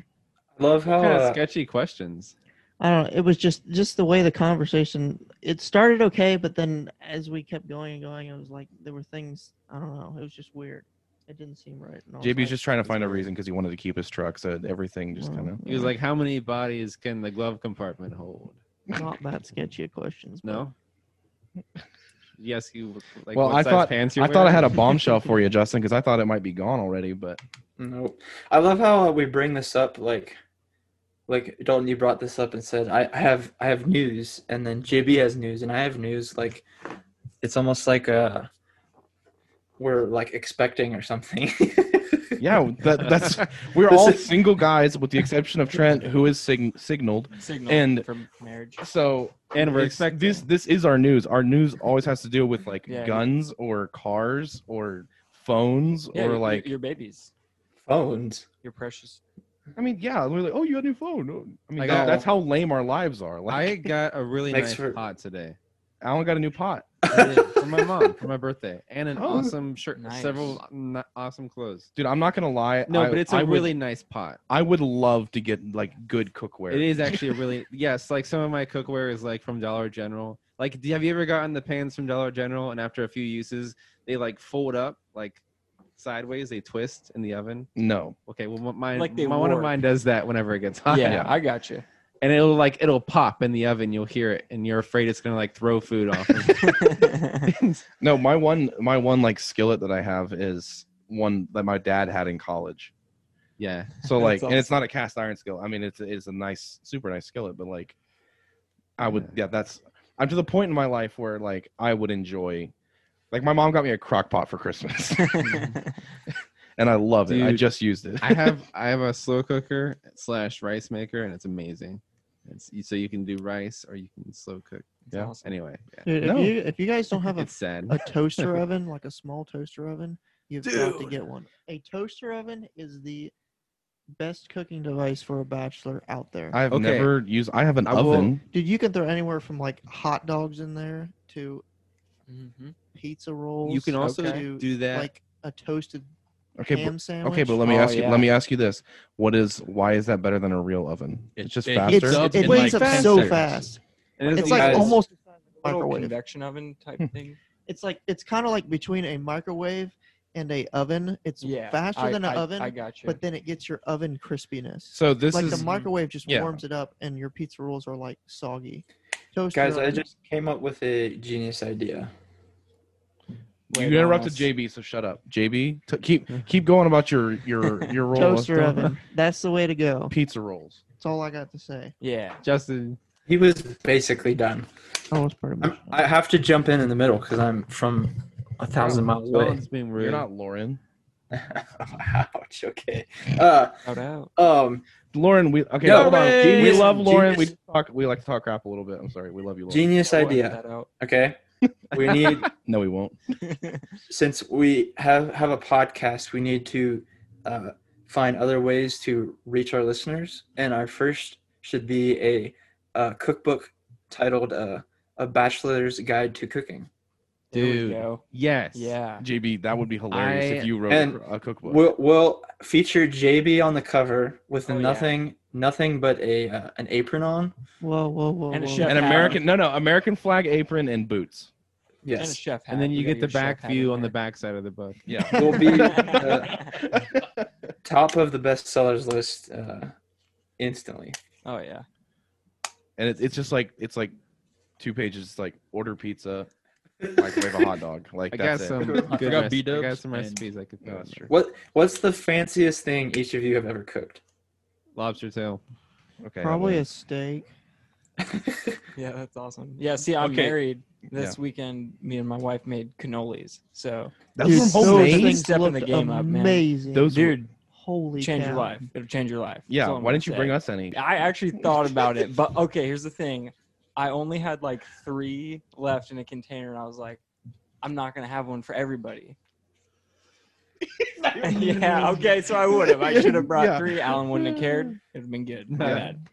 Speaker 3: I love how.
Speaker 5: kind of
Speaker 3: uh,
Speaker 5: sketchy questions.
Speaker 4: I don't know. It was just just the way the conversation. It started okay, but then as we kept going and going, it was like there were things I don't know. It was just weird. It didn't seem right. and I was
Speaker 1: JB's
Speaker 4: like-
Speaker 1: just trying to find a
Speaker 5: weird.
Speaker 1: reason because he wanted to keep his truck, so everything just kind of.
Speaker 5: He was like, "How many bodies can the glove compartment hold?"
Speaker 4: not that sketchy of questions. but-
Speaker 5: No. yes, you. Like,
Speaker 1: Well,
Speaker 5: what
Speaker 1: I
Speaker 5: size
Speaker 1: thought-
Speaker 5: pants you're
Speaker 1: I thought I had a
Speaker 5: wearing?
Speaker 1: bombshell for you, Justin, because I thought it might be gone already, but
Speaker 3: Nope. I love how uh, we bring this up like like Dalton you brought this up and said I, I have I have news and then JB has news and I have news like it's almost like uh we're like expecting or something.
Speaker 1: yeah, that, that's we're
Speaker 3: This
Speaker 1: all
Speaker 3: is-
Speaker 1: single guys with the exception of Trent, who is sig- signaled.
Speaker 2: Signal
Speaker 1: And-
Speaker 2: from marriage.
Speaker 1: So
Speaker 5: And we're
Speaker 1: it's-
Speaker 5: expecting.
Speaker 1: this. This is our news. Our news always has to deal with like
Speaker 2: Yeah.
Speaker 1: guns or cars or phones
Speaker 2: Yeah,
Speaker 1: or
Speaker 2: your-
Speaker 1: like.
Speaker 2: your babies,
Speaker 3: Phones.
Speaker 2: your precious.
Speaker 1: I mean, yeah, we're like, oh, you got a new phone. Oh, I mean,
Speaker 5: I
Speaker 1: that,
Speaker 5: got-
Speaker 1: that's how lame our lives are. Like,
Speaker 5: I got a really
Speaker 3: Thanks
Speaker 5: nice
Speaker 3: for-
Speaker 5: pot today
Speaker 1: Alan got a new pot.
Speaker 5: for my mom for my birthday, and an
Speaker 1: Oh,
Speaker 5: awesome shirt,
Speaker 2: nice.
Speaker 5: several n- awesome clothes.
Speaker 1: Dude, I'm not gonna lie.
Speaker 5: No,
Speaker 1: I-
Speaker 5: but it's a
Speaker 1: I would-
Speaker 5: really nice pot.
Speaker 1: I would love to get like good cookware.
Speaker 5: It is actually a really yes. Like some of my cookware is like from Dollar General. Like, do, have you ever gotten the pans from Dollar General and after a few uses they like fold up like sideways, they twist in the oven?
Speaker 1: No.
Speaker 5: Okay, well m- mine
Speaker 2: Like they
Speaker 5: my, one of
Speaker 2: warp.
Speaker 5: mine does that whenever it gets hot.
Speaker 2: Yeah, I got you.
Speaker 5: and it'll like it'll pop in the oven. You'll hear it, and you're afraid it's gonna like throw food off.
Speaker 1: No, my one my one like skillet that I have is one that my dad had in college.
Speaker 5: yeah,
Speaker 1: So
Speaker 2: That's
Speaker 1: like and it's not a cast iron skillet. I mean it's it's a nice super nice skillet, but like I would yeah, that's I'm to the point in my life where like I would enjoy like my mom got me a crock pot for Christmas and I love it. I
Speaker 5: Dude.
Speaker 1: just used it.
Speaker 5: I have I have a slow cooker slash rice maker, and it's amazing. It's so you can do rice or you can slow cook.
Speaker 1: Yeah.
Speaker 2: Awesome.
Speaker 5: Anyway, yeah.
Speaker 4: Dude, if
Speaker 1: No.
Speaker 4: you if you guys don't have a,
Speaker 5: it's sad.
Speaker 4: a toaster oven, like a small toaster oven, You've got to
Speaker 3: Dude.
Speaker 4: get one. A toaster oven is the best cooking device for a bachelor out there.
Speaker 1: I have
Speaker 5: Okay.
Speaker 1: never used. I have an
Speaker 5: I will-
Speaker 1: oven.
Speaker 4: Dude, you can throw anywhere from like hot dogs in there to
Speaker 3: Mm-hmm.
Speaker 4: pizza rolls.
Speaker 5: You can also
Speaker 4: to,
Speaker 5: do that.
Speaker 4: like a toasted
Speaker 1: Okay, but
Speaker 4: ham sandwich.
Speaker 1: Okay, but let me
Speaker 3: Oh,
Speaker 1: ask you.
Speaker 3: yeah.
Speaker 1: Let me ask you this: What is? Why is that better than a real oven?
Speaker 6: It-
Speaker 1: It's just
Speaker 6: it
Speaker 1: faster.
Speaker 6: heats
Speaker 4: it's,
Speaker 6: up
Speaker 4: it
Speaker 6: in,
Speaker 4: weighs
Speaker 6: like,
Speaker 4: up
Speaker 6: 10
Speaker 4: so
Speaker 6: seconds.
Speaker 4: fast.
Speaker 5: And
Speaker 4: It's
Speaker 5: a
Speaker 4: like
Speaker 5: lot of-
Speaker 3: guys-
Speaker 4: almost the size of a
Speaker 2: Little
Speaker 4: microwave.
Speaker 2: convection oven type
Speaker 1: Hmm.
Speaker 2: thing.
Speaker 4: It's like it's kind of like between a microwave and a oven. It's
Speaker 2: Yeah,
Speaker 4: faster
Speaker 2: I-
Speaker 4: than an
Speaker 2: I-
Speaker 4: oven,
Speaker 2: I got you.
Speaker 4: but then it gets your oven crispiness.
Speaker 1: So this
Speaker 4: like
Speaker 1: is
Speaker 4: the microwave just
Speaker 1: yeah.
Speaker 4: warms it up, and your pizza rolls are like soggy. Toaster
Speaker 3: Guys, I
Speaker 4: oven-
Speaker 3: just came up with a genius idea.
Speaker 1: you
Speaker 2: Wait,
Speaker 1: interrupted
Speaker 2: almost.
Speaker 1: JB, so shut up, JB. T- keep keep going about your your your roll
Speaker 4: toaster oven. That's the way to go.
Speaker 1: pizza rolls.
Speaker 4: That's all I got to say.
Speaker 2: Yeah.
Speaker 5: Justin.
Speaker 3: He was basically done.
Speaker 4: That was pretty much.
Speaker 3: I'm, I have to jump in in the middle because I'm from a thousand miles away.
Speaker 5: Dylan's being
Speaker 1: You're
Speaker 5: rude.
Speaker 1: not Lauren.
Speaker 3: Ouch. Okay. Uh,
Speaker 2: Shout out.
Speaker 3: um,
Speaker 1: Lauren, we okay.
Speaker 3: No,
Speaker 1: hold on.
Speaker 2: man.
Speaker 1: We
Speaker 3: Genius-
Speaker 1: love Lauren. We
Speaker 3: genius-
Speaker 1: talk. We like to talk crap a little bit. I'm sorry. We love you, Lauren.
Speaker 3: genius
Speaker 2: I'll edit
Speaker 3: idea.
Speaker 2: that out.
Speaker 3: Okay. We need
Speaker 1: No, we won't.
Speaker 3: since we have have a podcast, we need to uh, find other ways to reach our listeners, and our first should be a uh, cookbook titled uh, "A Bachelor's Guide to Cooking."
Speaker 2: There we
Speaker 5: Dude.
Speaker 2: go.
Speaker 5: Yes.
Speaker 2: Yeah.
Speaker 1: JB, that would be hilarious
Speaker 5: I-
Speaker 1: if you wrote
Speaker 3: and
Speaker 1: a cookbook.
Speaker 3: We'll, we'll feature JB on the cover with
Speaker 2: Oh, yeah.
Speaker 3: nothing nothing but a uh, an apron on.
Speaker 4: Whoa, whoa, whoa!
Speaker 2: And a
Speaker 4: whoa.
Speaker 2: chef
Speaker 1: An American, no, no, American flag apron and boots.
Speaker 2: And a
Speaker 3: Yes,
Speaker 2: chef
Speaker 5: And then
Speaker 2: hat.
Speaker 5: you
Speaker 2: gotta
Speaker 5: get the
Speaker 2: get a chef
Speaker 5: back
Speaker 2: hat
Speaker 5: view
Speaker 2: in
Speaker 5: on the
Speaker 2: there.
Speaker 5: back side of the book.
Speaker 1: Yeah.
Speaker 3: we'll be uh, top of the bestsellers list uh, instantly.
Speaker 2: Oh yeah.
Speaker 1: and it's it's just like it's like two pages it's like order pizza microwave a hot dog like
Speaker 5: I got
Speaker 1: that's it
Speaker 5: some.
Speaker 3: I
Speaker 5: Good
Speaker 6: got
Speaker 5: rec- I
Speaker 6: B-dubs
Speaker 5: got some
Speaker 6: and-
Speaker 5: recipes I could. put
Speaker 1: No,
Speaker 5: in
Speaker 1: that's
Speaker 5: there.
Speaker 1: true.
Speaker 3: What what's the fanciest thing each of you have ever cooked?
Speaker 5: Lobster tail.
Speaker 1: okay
Speaker 4: Probably
Speaker 1: well,
Speaker 4: a steak.
Speaker 2: Yeah, that's awesome. Yeah. See, I'm
Speaker 1: Okay.
Speaker 2: married. This weekend, me and my wife made cannolis. So,
Speaker 1: That's
Speaker 4: Dude,
Speaker 1: from
Speaker 4: those
Speaker 1: homemade?
Speaker 4: things
Speaker 2: Stepping the
Speaker 4: looked
Speaker 2: game up, man.
Speaker 4: Amazing.
Speaker 1: Those were-
Speaker 2: dude,
Speaker 4: holy
Speaker 2: change your
Speaker 4: cow.
Speaker 2: life. It'll change your life.
Speaker 1: yeah
Speaker 2: That's all I'm
Speaker 1: why
Speaker 2: gonna
Speaker 1: didn't you bring
Speaker 2: say.
Speaker 1: us any
Speaker 2: I actually thought about it, but okay, here's the thing. I only had like three left in a container, and I was like, I'm not gonna have one for everybody. yeah, okay, so I would have. I should have brought
Speaker 1: Yeah.
Speaker 2: three. Alan wouldn't have cared. It'd have been good. My
Speaker 5: Yeah.
Speaker 2: bad.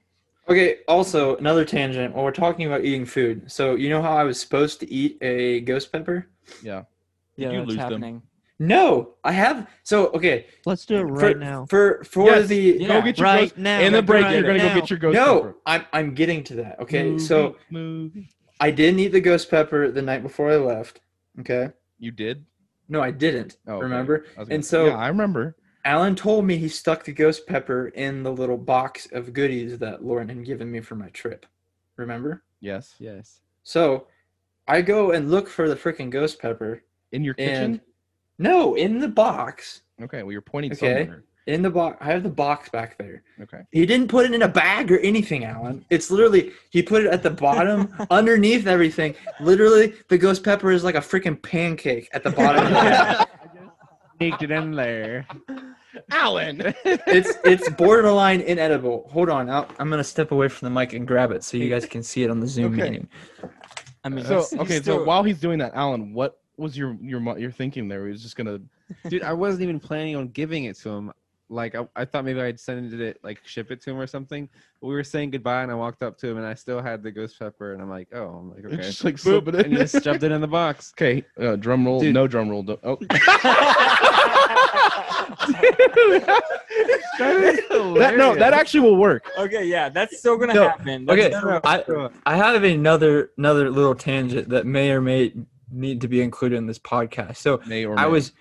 Speaker 3: Okay, also another tangent. While we're talking about eating food, so you know how I was supposed to eat a ghost pepper?
Speaker 2: Yeah,
Speaker 6: you
Speaker 2: that's
Speaker 6: lose them?
Speaker 2: happening.
Speaker 3: No, I have. So okay,
Speaker 4: Let's do it
Speaker 3: for-
Speaker 4: right now.
Speaker 3: for for
Speaker 1: Oh. Yes,
Speaker 3: the
Speaker 2: Yeah.
Speaker 1: go get your
Speaker 4: right
Speaker 1: ghost
Speaker 4: now.
Speaker 1: in the break
Speaker 4: right
Speaker 1: you're gonna
Speaker 4: now.
Speaker 1: go get your ghost
Speaker 3: no,
Speaker 1: pepper.
Speaker 3: I'm I'm getting to that. Okay,
Speaker 1: Movie,
Speaker 3: so
Speaker 1: movie.
Speaker 3: I didn't eat the ghost pepper the night before I left. Okay,
Speaker 1: you did
Speaker 3: no, I didn't.
Speaker 1: Oh, okay.
Speaker 3: remember?
Speaker 1: I was gonna
Speaker 3: And
Speaker 1: say-
Speaker 3: so
Speaker 1: yeah, i remember
Speaker 3: Alan told me he stuck the ghost pepper in the little box of goodies that Lauren had given me for my trip. Remember?
Speaker 1: yes
Speaker 5: Yes.
Speaker 3: So I go and look for the freaking ghost pepper,
Speaker 1: in your kitchen
Speaker 3: and no, in the box.
Speaker 1: okay well you're pointing
Speaker 3: Okay.
Speaker 1: somewhere
Speaker 3: In the box, I have the box back there.
Speaker 1: okay
Speaker 3: He didn't put it in a bag or anything, Alan. It's literally he put it at the bottom, underneath everything. Literally, the ghost pepper is like a freaking pancake at the bottom. of the bag.
Speaker 5: Sneaked it in there.
Speaker 1: alan
Speaker 3: It's it's borderline inedible. Hold on, I'll, I'm gonna step away from the mic and grab it so you guys can see it on the Zoom
Speaker 1: Okay.
Speaker 3: meeting.
Speaker 2: I mean,
Speaker 1: so
Speaker 2: he's- he's
Speaker 1: okay so
Speaker 2: still-
Speaker 1: while he's doing that alan what was your your mo- your thinking there he was just gonna
Speaker 5: Dude, I wasn't even planning on giving it to him. Like I, I thought maybe I'd send it, like ship it to him or something. But we were saying goodbye, and I walked up to him, and I still had the ghost pepper, and I'm like, oh, I'm like okay,
Speaker 1: just like
Speaker 5: Boop,
Speaker 1: slip it in
Speaker 5: and just shoved it in the box.
Speaker 1: Okay, uh, drum roll.
Speaker 5: Dude.
Speaker 1: No drum roll. don't- Oh, that, no, that actually will work.
Speaker 2: okay, yeah, that's still gonna
Speaker 3: No,
Speaker 2: happen. That's
Speaker 3: Okay,
Speaker 2: gonna-
Speaker 3: I I have another another little tangent that may or may need to be included in this podcast. So
Speaker 1: May or
Speaker 3: I
Speaker 1: may
Speaker 3: was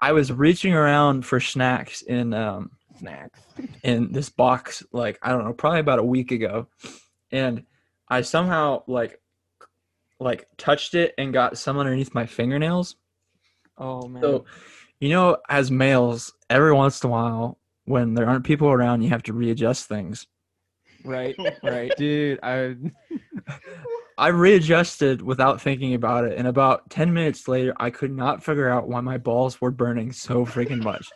Speaker 3: I was reaching around for snacks in um
Speaker 1: snacks.
Speaker 3: in this box like I don't know probably about a week ago, and I somehow like like touched it and got some underneath my fingernails.
Speaker 2: oh man.
Speaker 3: So you know, as males, every once in a while when there aren't people around, you have to readjust things.
Speaker 2: Right,
Speaker 4: Oh,
Speaker 2: right.
Speaker 5: Dude, I
Speaker 3: I readjusted without thinking about it, and about ten minutes later, I could not figure out why my balls were burning so freaking much.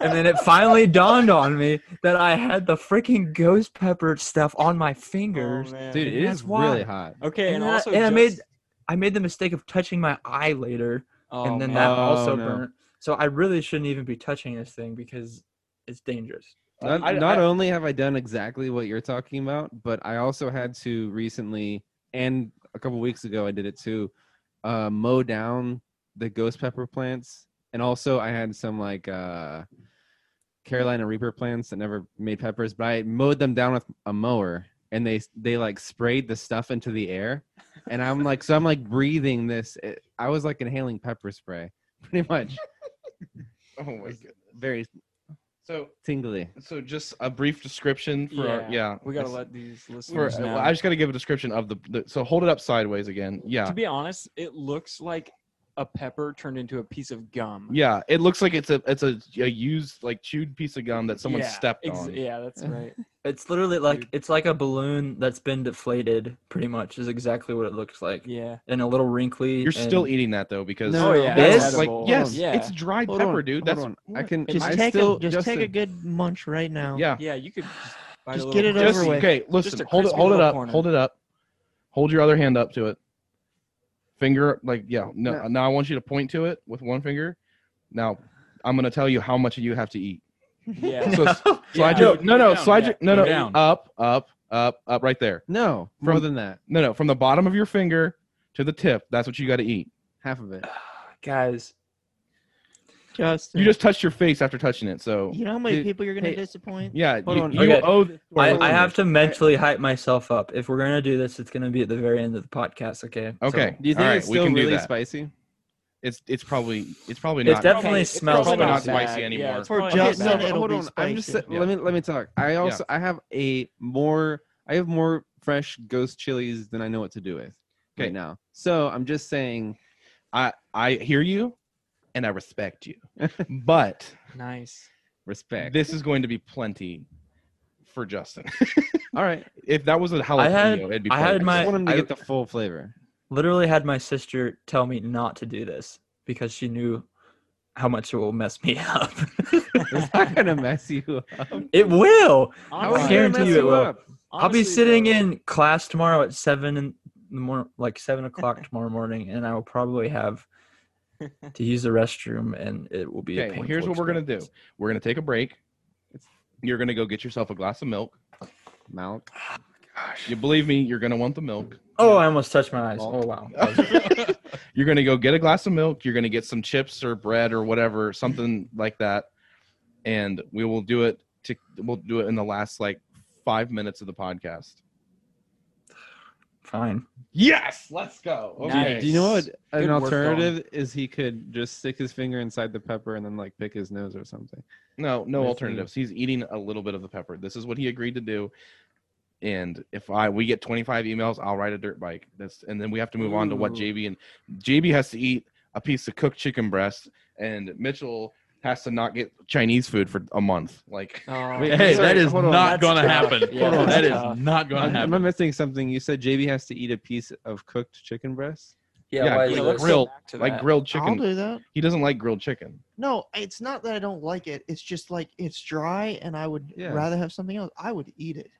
Speaker 3: and then it finally dawned on me that I had the freaking ghost pepper stuff on my fingers.
Speaker 2: Oh, man.
Speaker 5: dude, it
Speaker 3: That's
Speaker 5: is
Speaker 3: why.
Speaker 5: really hot.
Speaker 2: Okay, and,
Speaker 3: and I-
Speaker 2: also
Speaker 3: and I
Speaker 2: just-
Speaker 3: made I made the mistake of touching my eye later,
Speaker 2: Oh,
Speaker 3: and
Speaker 2: man.
Speaker 3: then that
Speaker 5: Oh,
Speaker 3: also
Speaker 5: no.
Speaker 3: burnt. So I really shouldn't even be touching this thing because it's dangerous.
Speaker 5: Not,
Speaker 1: I-
Speaker 5: not
Speaker 1: I-
Speaker 5: only have I done exactly what you're talking about, but I also had to recently, and a couple weeks ago, I did it too, uh, mow down the ghost pepper plants, and also I had some like uh, Carolina Reaper plants that never made peppers, but I mowed them down with a mower, and they they like sprayed the stuff into the air, and I'm like, so I'm like breathing this. It, I was like inhaling pepper spray, pretty much,
Speaker 1: Oh my
Speaker 5: Is-
Speaker 1: goodness.
Speaker 5: very
Speaker 1: So
Speaker 5: tingly.
Speaker 1: so just a brief description for our yeah.
Speaker 2: we gotta
Speaker 1: it's-
Speaker 2: let these
Speaker 1: for,
Speaker 2: listeners know.
Speaker 1: well, I just gotta give a description of the, the so hold it up sideways again. Yeah.
Speaker 2: to be honest, it looks like a pepper turned into a piece of gum.
Speaker 1: Yeah. It looks like it's a it's a, a used like chewed piece of gum that someone
Speaker 2: Yeah,
Speaker 1: stepped
Speaker 2: ex-
Speaker 1: on.
Speaker 2: Yeah, that's right.
Speaker 3: It's literally like it's like a balloon that's been deflated. Pretty much is exactly what it looks like,
Speaker 2: Yeah.
Speaker 3: and a little wrinkly.
Speaker 1: You're still
Speaker 3: and-
Speaker 1: eating that though because
Speaker 5: No, Oh, yeah,
Speaker 1: That's
Speaker 3: that's
Speaker 1: like
Speaker 2: edible.
Speaker 1: yes,
Speaker 2: Yeah.
Speaker 1: it's dried
Speaker 5: Hold
Speaker 1: pepper,
Speaker 5: on,
Speaker 1: dude.
Speaker 5: hold
Speaker 1: That's
Speaker 5: on. I can.
Speaker 4: Just
Speaker 5: I
Speaker 4: take
Speaker 5: still
Speaker 4: a just take a
Speaker 5: Justin,
Speaker 4: good munch right now.
Speaker 1: yeah.
Speaker 2: Yeah, you could just, bite a
Speaker 4: Just
Speaker 2: little
Speaker 4: get it
Speaker 2: bit.
Speaker 1: Just
Speaker 4: over with.
Speaker 1: okay.
Speaker 2: Just
Speaker 1: Listen,
Speaker 2: a
Speaker 1: hold it,
Speaker 2: crispy
Speaker 1: hold it
Speaker 2: little
Speaker 1: up,
Speaker 2: corner.
Speaker 1: hold it up. Hold your other hand up to it. Finger, like yeah. No,
Speaker 5: No.
Speaker 1: now I want you to point to it with one finger. Now, I'm gonna tell you how much you have to eat.
Speaker 2: Yeah.
Speaker 1: So
Speaker 3: No.
Speaker 1: slide
Speaker 2: Yeah.
Speaker 1: your, no, no,
Speaker 6: Down,
Speaker 1: slide
Speaker 6: yeah.
Speaker 1: your, no, no,
Speaker 6: Go down.
Speaker 1: up, up, up, up, right there.
Speaker 5: No,
Speaker 1: From-
Speaker 5: more than that.
Speaker 1: No, no, from the bottom of your finger to the tip. That's what you got to eat.
Speaker 5: Half of it.
Speaker 3: guys.
Speaker 4: Justin,
Speaker 1: You just touched your face after touching it, so
Speaker 4: you know how many
Speaker 5: Dude,
Speaker 4: people you're gonna
Speaker 5: hey,
Speaker 4: disappoint.
Speaker 1: yeah.
Speaker 5: Hold
Speaker 1: you,
Speaker 5: on,
Speaker 1: you
Speaker 3: okay.
Speaker 1: will owe this to our
Speaker 3: I, I have
Speaker 1: listeners.
Speaker 3: to mentally hype myself up. If we're gonna do this, it's gonna be at the very end of the podcast. Okay. So-
Speaker 1: Okay.
Speaker 5: Do you think
Speaker 1: All right,
Speaker 5: it's
Speaker 1: we
Speaker 5: still
Speaker 1: can do
Speaker 5: really
Speaker 1: that.
Speaker 5: spicy?
Speaker 1: It's it's probably it's probably
Speaker 3: It's
Speaker 1: not.
Speaker 3: definitely
Speaker 2: Probably- it's
Speaker 3: smells
Speaker 1: probably
Speaker 2: probably
Speaker 1: not
Speaker 3: like
Speaker 1: spicy
Speaker 2: bad.
Speaker 1: anymore.
Speaker 2: Yeah, it's
Speaker 4: For
Speaker 2: probably
Speaker 5: Okay,
Speaker 4: Justin,
Speaker 2: not
Speaker 5: no,
Speaker 2: bad.
Speaker 5: but
Speaker 4: it'll
Speaker 5: hold
Speaker 4: be
Speaker 5: on. I'm just
Speaker 4: spicy.
Speaker 5: let me let me talk. I also I have a more I have more fresh ghost chilies than I know what to do with
Speaker 1: Okay.
Speaker 5: right now. So I'm just saying.
Speaker 1: I I hear you, and I respect you, but
Speaker 2: nice.
Speaker 5: Respect.
Speaker 1: this is going to be plenty for Justin.
Speaker 5: All right.
Speaker 1: if that was a jalapeno,
Speaker 3: had-
Speaker 1: it'd be.
Speaker 3: I
Speaker 1: plenty.
Speaker 3: had
Speaker 5: I
Speaker 3: my-
Speaker 5: want 'em to
Speaker 3: I-
Speaker 5: get the full flavor.
Speaker 3: Literally had my sister tell me not to do this because she knew how much it will mess me up.
Speaker 5: It's not gonna mess you up.
Speaker 3: it will.
Speaker 5: How
Speaker 3: would
Speaker 5: is it
Speaker 2: Honestly-
Speaker 5: gonna
Speaker 3: guarantee
Speaker 5: mess
Speaker 3: you it
Speaker 5: you
Speaker 3: will.
Speaker 5: up?
Speaker 3: I'll be
Speaker 2: honestly,
Speaker 3: sitting
Speaker 2: though-
Speaker 3: in class tomorrow at seven in the morning, like seven o'clock tomorrow morning, and I will probably have to use the restroom, and it will be. a
Speaker 1: Okay, well,
Speaker 3: painful
Speaker 1: here's what we're gonna do.
Speaker 3: experience.
Speaker 1: We're gonna take a break. You're gonna go get yourself a glass of milk.
Speaker 5: Milk.
Speaker 1: You believe me, you're gonna want the milk.
Speaker 3: Oh, I almost touched my eyes. Oh wow.
Speaker 1: you're gonna go get a glass of milk. You're gonna get some chips or bread or whatever, something like that, and we will do it. To we'll do it in the last like five minutes of the podcast.
Speaker 3: Fine.
Speaker 1: Yes, let's go.
Speaker 2: Nice.
Speaker 5: Do you know what
Speaker 2: Good
Speaker 5: an
Speaker 2: work, Colin.
Speaker 5: alternative is? He could just stick his finger inside the pepper and then like pick his nose or something.
Speaker 1: No, no
Speaker 5: With
Speaker 1: alternatives. He's eating a little bit of the pepper. This is what he agreed to do. And if I we get 25 emails, I'll ride a dirt bike. That's and then we have to move on to what
Speaker 2: Ooh.
Speaker 1: JB and JB has to eat a piece of cooked chicken breast, and Mitchell has to not get Chinese food for a month. Like
Speaker 2: Oh,
Speaker 5: Wait,
Speaker 6: Hey,
Speaker 5: Hey,
Speaker 6: that is
Speaker 5: hold on.
Speaker 2: That's
Speaker 6: not going to
Speaker 2: tough.
Speaker 6: happen.
Speaker 2: Yeah,
Speaker 6: Hold on. That
Speaker 2: that's
Speaker 6: is
Speaker 2: tough.
Speaker 6: not going
Speaker 5: I'm,
Speaker 6: to
Speaker 5: am
Speaker 6: happen.
Speaker 5: I missing something? You said JB has to eat a piece of cooked chicken breast.
Speaker 3: Yeah,
Speaker 1: Yeah,
Speaker 3: why
Speaker 1: like
Speaker 3: is
Speaker 2: Yeah,
Speaker 3: it-
Speaker 2: let's go
Speaker 1: grilled,
Speaker 2: back to
Speaker 1: like
Speaker 2: that.
Speaker 1: grilled
Speaker 4: I'll
Speaker 1: chicken.
Speaker 4: do that.
Speaker 1: He doesn't like grilled chicken.
Speaker 4: No, it's not that I don't like it. It's just like it's dry, and I would
Speaker 5: Yeah.
Speaker 4: rather have something else. I would eat it.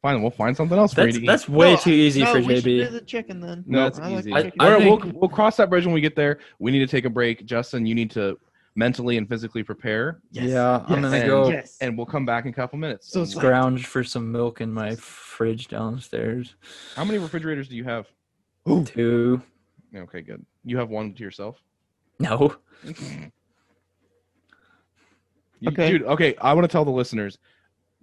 Speaker 1: Fine, we'll find something else for
Speaker 3: That's
Speaker 1: you to eat.
Speaker 3: that's way
Speaker 4: No,
Speaker 3: too easy
Speaker 4: no,
Speaker 3: for
Speaker 4: we should do
Speaker 3: JB.
Speaker 4: the chicken then.
Speaker 1: No,
Speaker 5: it's
Speaker 4: I like
Speaker 5: easy.
Speaker 4: the
Speaker 5: I-
Speaker 4: chicken.
Speaker 3: I
Speaker 1: All right, we'll,
Speaker 3: think-
Speaker 1: we'll cross that bridge when we get there. We need to take a break. Justin, you need to mentally and physically prepare.
Speaker 4: Yes.
Speaker 3: Yeah, I'm gonna
Speaker 1: and,
Speaker 3: go
Speaker 4: Yes.
Speaker 1: and we'll come back in a couple minutes.
Speaker 4: So
Speaker 1: And
Speaker 4: it's
Speaker 1: we'll-
Speaker 3: scrounge for some milk in my fridge downstairs.
Speaker 1: How many refrigerators do you have?
Speaker 3: Two.
Speaker 1: Okay, good. You have one to yourself.
Speaker 3: No.
Speaker 1: You-
Speaker 4: Okay.
Speaker 1: dude. Okay, I want to tell the listeners.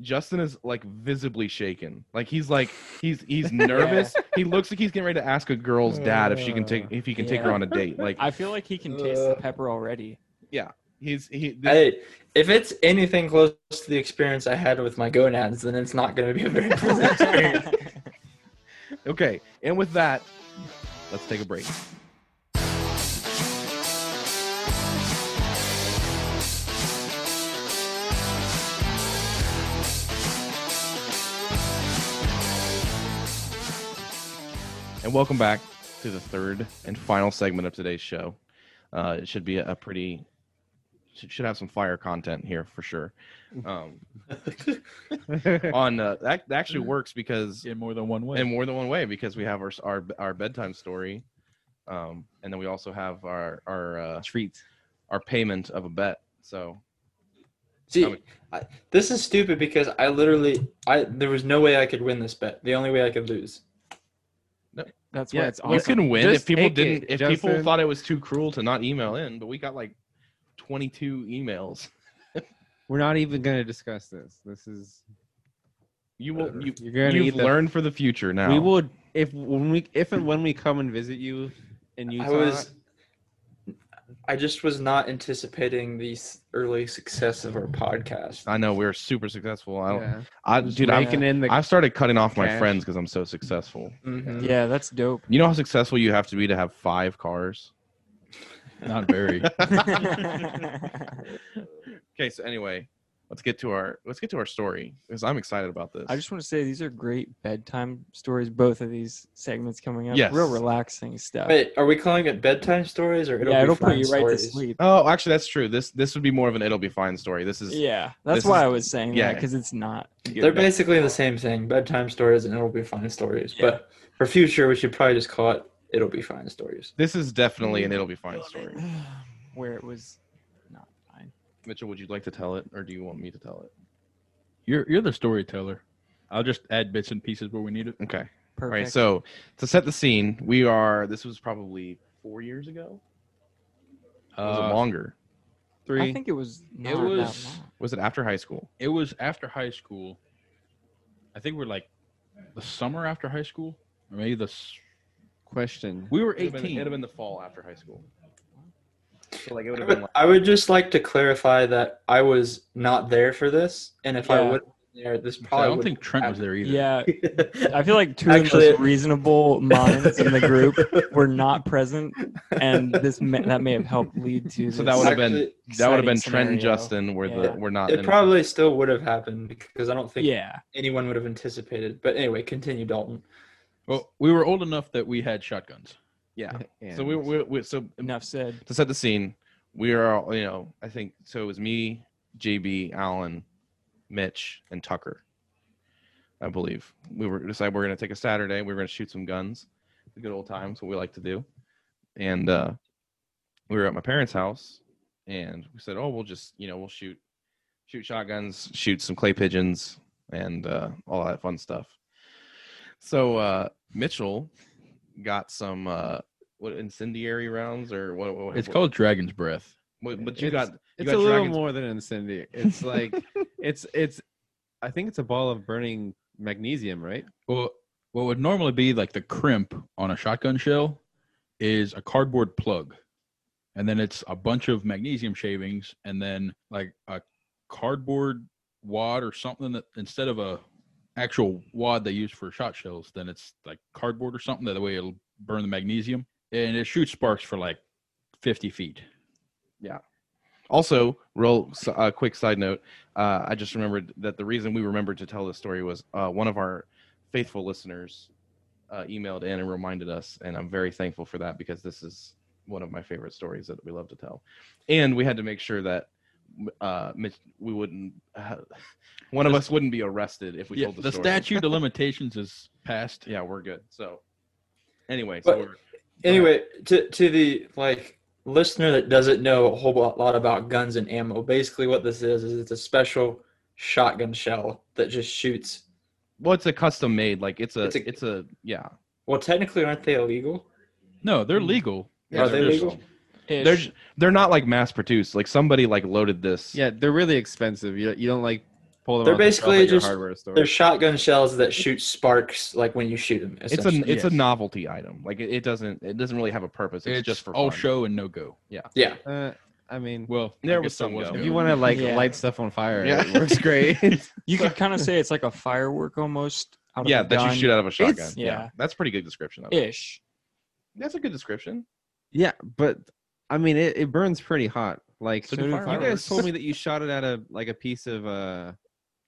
Speaker 1: Justin is like visibly shaken. Like he's like he's he's nervous. He looks like he's getting ready to ask a girl's dad if she can
Speaker 4: Uh,
Speaker 1: take if he can take her
Speaker 3: Yeah.
Speaker 1: on a date. Like
Speaker 2: I feel like he can taste the pepper already.
Speaker 1: he's he. This,
Speaker 3: Hey, if it's anything close to the experience I had with my gonads, then it's not gonna be a very pleasant experience.
Speaker 1: Okay, and with that, let's take a break. And welcome back to the third and final segment of today's show. Uh, it should be a pretty, should, should have some fire content here for sure. Um, on uh, that, that actually works because
Speaker 6: In more than one way.
Speaker 1: in more than one way because we have our our, our bedtime story Um, and then we also have our our uh,
Speaker 5: Treat.
Speaker 1: our payment of a bet. So I
Speaker 3: See,
Speaker 1: would-
Speaker 3: I, this is stupid because I literally, I there was no way I could win this bet. The only way I could lose.
Speaker 2: That's
Speaker 5: Yeah,
Speaker 2: why it's
Speaker 5: you
Speaker 1: you
Speaker 2: awesome.
Speaker 1: can win
Speaker 5: Just
Speaker 1: if people
Speaker 5: take it,
Speaker 1: didn't. if people
Speaker 5: Justin.
Speaker 1: thought it was too cruel to not email in, but we got like twenty two emails.
Speaker 5: We're not even gonna discuss this. This is
Speaker 1: You will.
Speaker 5: whatever.
Speaker 1: You,
Speaker 5: You're gonna
Speaker 1: you've
Speaker 5: eat the-
Speaker 1: learned for the future now.
Speaker 5: We would if when we if and when we come and visit you in Utah.
Speaker 3: I was, I just was not anticipating the s- early success of our podcast.
Speaker 1: I know we are super successful. I,
Speaker 5: yeah,
Speaker 1: I
Speaker 5: just
Speaker 1: dude, I,
Speaker 5: raking in the
Speaker 1: I started cutting off my
Speaker 5: Cash.
Speaker 1: friends because I'm so successful.
Speaker 3: Mhm.
Speaker 1: Mm-hmm.
Speaker 2: yeah, that's dope.
Speaker 1: You know how successful you have to be to have five cars.
Speaker 6: Not very.
Speaker 2: I
Speaker 1: Okay, so anyway, let's get to our let's get to our story because I'm excited about this.
Speaker 2: just want to say these are great bedtime stories. Both of these segments coming up,
Speaker 1: Yes.
Speaker 2: real relaxing stuff.
Speaker 3: Wait, are we calling it bedtime stories or it'll
Speaker 2: yeah,
Speaker 3: be
Speaker 2: it'll put
Speaker 3: fun
Speaker 2: you right to
Speaker 3: stories?
Speaker 2: sleep.
Speaker 1: oh, actually, that's true. This this would be more of an it'll be fine story. This is
Speaker 2: Yeah, that's
Speaker 1: this
Speaker 2: why
Speaker 1: is-
Speaker 2: I was saying yeah.
Speaker 1: yeah.
Speaker 2: because it's not.
Speaker 3: They're basically the same thing: bedtime stories and it'll be fine stories.
Speaker 2: Yeah.
Speaker 3: But for future, we should probably just call it "It'll Be Fine" stories.
Speaker 1: this is definitely an it'll be fine story.
Speaker 2: Where it was not fine.
Speaker 1: Mitchell, would you like to tell it, or do you want me to tell it?
Speaker 6: You're you're the storyteller. I'll just add bits and pieces where we need it.
Speaker 1: Okay. All
Speaker 2: Perfect.
Speaker 1: right. So to set the scene, we are. This was probably four years ago. was
Speaker 6: Uh,
Speaker 1: it longer?
Speaker 5: three.
Speaker 2: I think it was. Not
Speaker 6: it was
Speaker 2: That long.
Speaker 1: Was it after high school?
Speaker 6: it was after high school. I think we're like the summer after high school, or maybe the s-
Speaker 5: question.
Speaker 6: we were
Speaker 1: It'd have been-
Speaker 6: eighteen.
Speaker 1: It'd have been the fall after high school. So like it would
Speaker 3: I
Speaker 1: have been
Speaker 3: would,
Speaker 1: like
Speaker 3: I would just like to clarify that I was not there for this, and if I
Speaker 2: Yeah.
Speaker 3: would have been there, this
Speaker 6: So
Speaker 3: probably.
Speaker 6: I don't think Trent was there either.
Speaker 2: Yeah,
Speaker 3: there.
Speaker 2: I feel like two
Speaker 3: Actually-
Speaker 2: of the most reasonable minds in the group were not present, and this may, that may have helped lead to.
Speaker 1: So
Speaker 2: this.
Speaker 1: that would have been
Speaker 3: Actually,
Speaker 1: that would have been
Speaker 2: exciting
Speaker 1: Trent and
Speaker 2: scenario.
Speaker 1: Justin were
Speaker 2: Yeah.
Speaker 1: the were not.
Speaker 3: It
Speaker 1: in-
Speaker 3: probably still would have happened because I don't think
Speaker 2: Yeah,
Speaker 3: anyone would have anticipated. But anyway, continue, Dalton.
Speaker 6: Well, we were old enough that we had shotguns.
Speaker 1: yeah.
Speaker 5: And
Speaker 1: So we, we, we so
Speaker 2: enough said.
Speaker 1: to set the scene, we are all you know. I think so. It was me, JB, Alan, Mitch, and Tucker. I believe we were decided we're gonna take a Saturday. We were gonna shoot some guns. The good old times, what we like to do. And uh, we were at my parents' house, and we said, "Oh, we'll just you know we'll shoot shoot shotguns, shoot some clay pigeons, and uh, all that fun stuff." So uh, Mitchell got some uh, what incendiary rounds or what? what
Speaker 6: It's
Speaker 1: what-
Speaker 6: called Dragon's Breath.
Speaker 1: But, but you
Speaker 5: It's-
Speaker 1: got
Speaker 5: it's
Speaker 1: got
Speaker 5: a little
Speaker 1: dragons-
Speaker 5: more than incendiary. It's like it's it's. I think it's a ball of burning magnesium, right?
Speaker 6: Well, what would normally be like the crimp on a shotgun shell is a cardboard plug. And then it's a bunch of magnesium shavings and then like a cardboard wad or something that instead of a actual wad they use for shot shells, then it's like cardboard or something. That way it'll burn the magnesium. And it shoots sparks for like 50 feet.
Speaker 1: also real s- uh, quick side note uh, i just remembered that the reason we remembered to tell this story was uh, one of our faithful listeners uh, emailed in and reminded us and i'm very thankful for that because this is one of my favorite stories that we love to tell and we had to make sure that uh, Mitch- we wouldn't uh, one of us wouldn't be arrested if we
Speaker 6: yeah,
Speaker 1: told the,
Speaker 6: the
Speaker 1: story.
Speaker 6: statute of limitations is passed.
Speaker 1: yeah we're good so anyway so
Speaker 3: But-
Speaker 1: we're,
Speaker 3: Anyway, to to the like listener that doesn't know a whole lot lot about guns and ammo, basically what this is is it's a special shotgun shell that just shoots.
Speaker 1: well it's a custom made like it's a
Speaker 3: It's
Speaker 1: it's
Speaker 3: a-
Speaker 1: a, it's a yeah
Speaker 3: Well, technically, aren't they illegal?
Speaker 6: No, they're legal.
Speaker 1: Yeah,
Speaker 3: Are they
Speaker 1: they're just-
Speaker 3: legal?
Speaker 1: they're j- they're not like mass produced. Like somebody like loaded this.
Speaker 5: Yeah, they're really expensive. You you don't like pull them.
Speaker 3: They're
Speaker 5: off the shelf
Speaker 3: basically
Speaker 5: at your
Speaker 3: just-
Speaker 5: hardware store.
Speaker 3: They're shotgun shells that shoot sparks like when you shoot them.
Speaker 1: it's a
Speaker 3: essentially.
Speaker 1: it's
Speaker 6: yes.
Speaker 1: a novelty item. Like it, it doesn't it doesn't really have a purpose. It's,
Speaker 6: It's, oh,
Speaker 1: just for
Speaker 6: all
Speaker 1: fun.
Speaker 6: show and no go.
Speaker 3: yeah.
Speaker 5: Uh, I mean,
Speaker 6: Well, I
Speaker 1: There
Speaker 6: guess
Speaker 1: was some go.
Speaker 5: if
Speaker 1: yeah.
Speaker 5: you want to like
Speaker 2: Yeah.
Speaker 5: light stuff on fire,
Speaker 1: Yeah.
Speaker 5: it works great.
Speaker 2: You could kind of say it's like a firework almost. Out of
Speaker 1: Yeah,
Speaker 2: a
Speaker 1: that
Speaker 2: gun
Speaker 1: you shoot out of a shotgun.
Speaker 2: It's-
Speaker 1: Yeah.
Speaker 2: yeah.
Speaker 1: that's a pretty good description. Of it.
Speaker 2: ish.
Speaker 1: That's a good description.
Speaker 5: yeah, but I mean, it, it burns pretty hot. Like
Speaker 1: So
Speaker 5: you
Speaker 1: do
Speaker 5: guys
Speaker 1: fireworks.
Speaker 5: told me that you shot it at a like a piece of uh.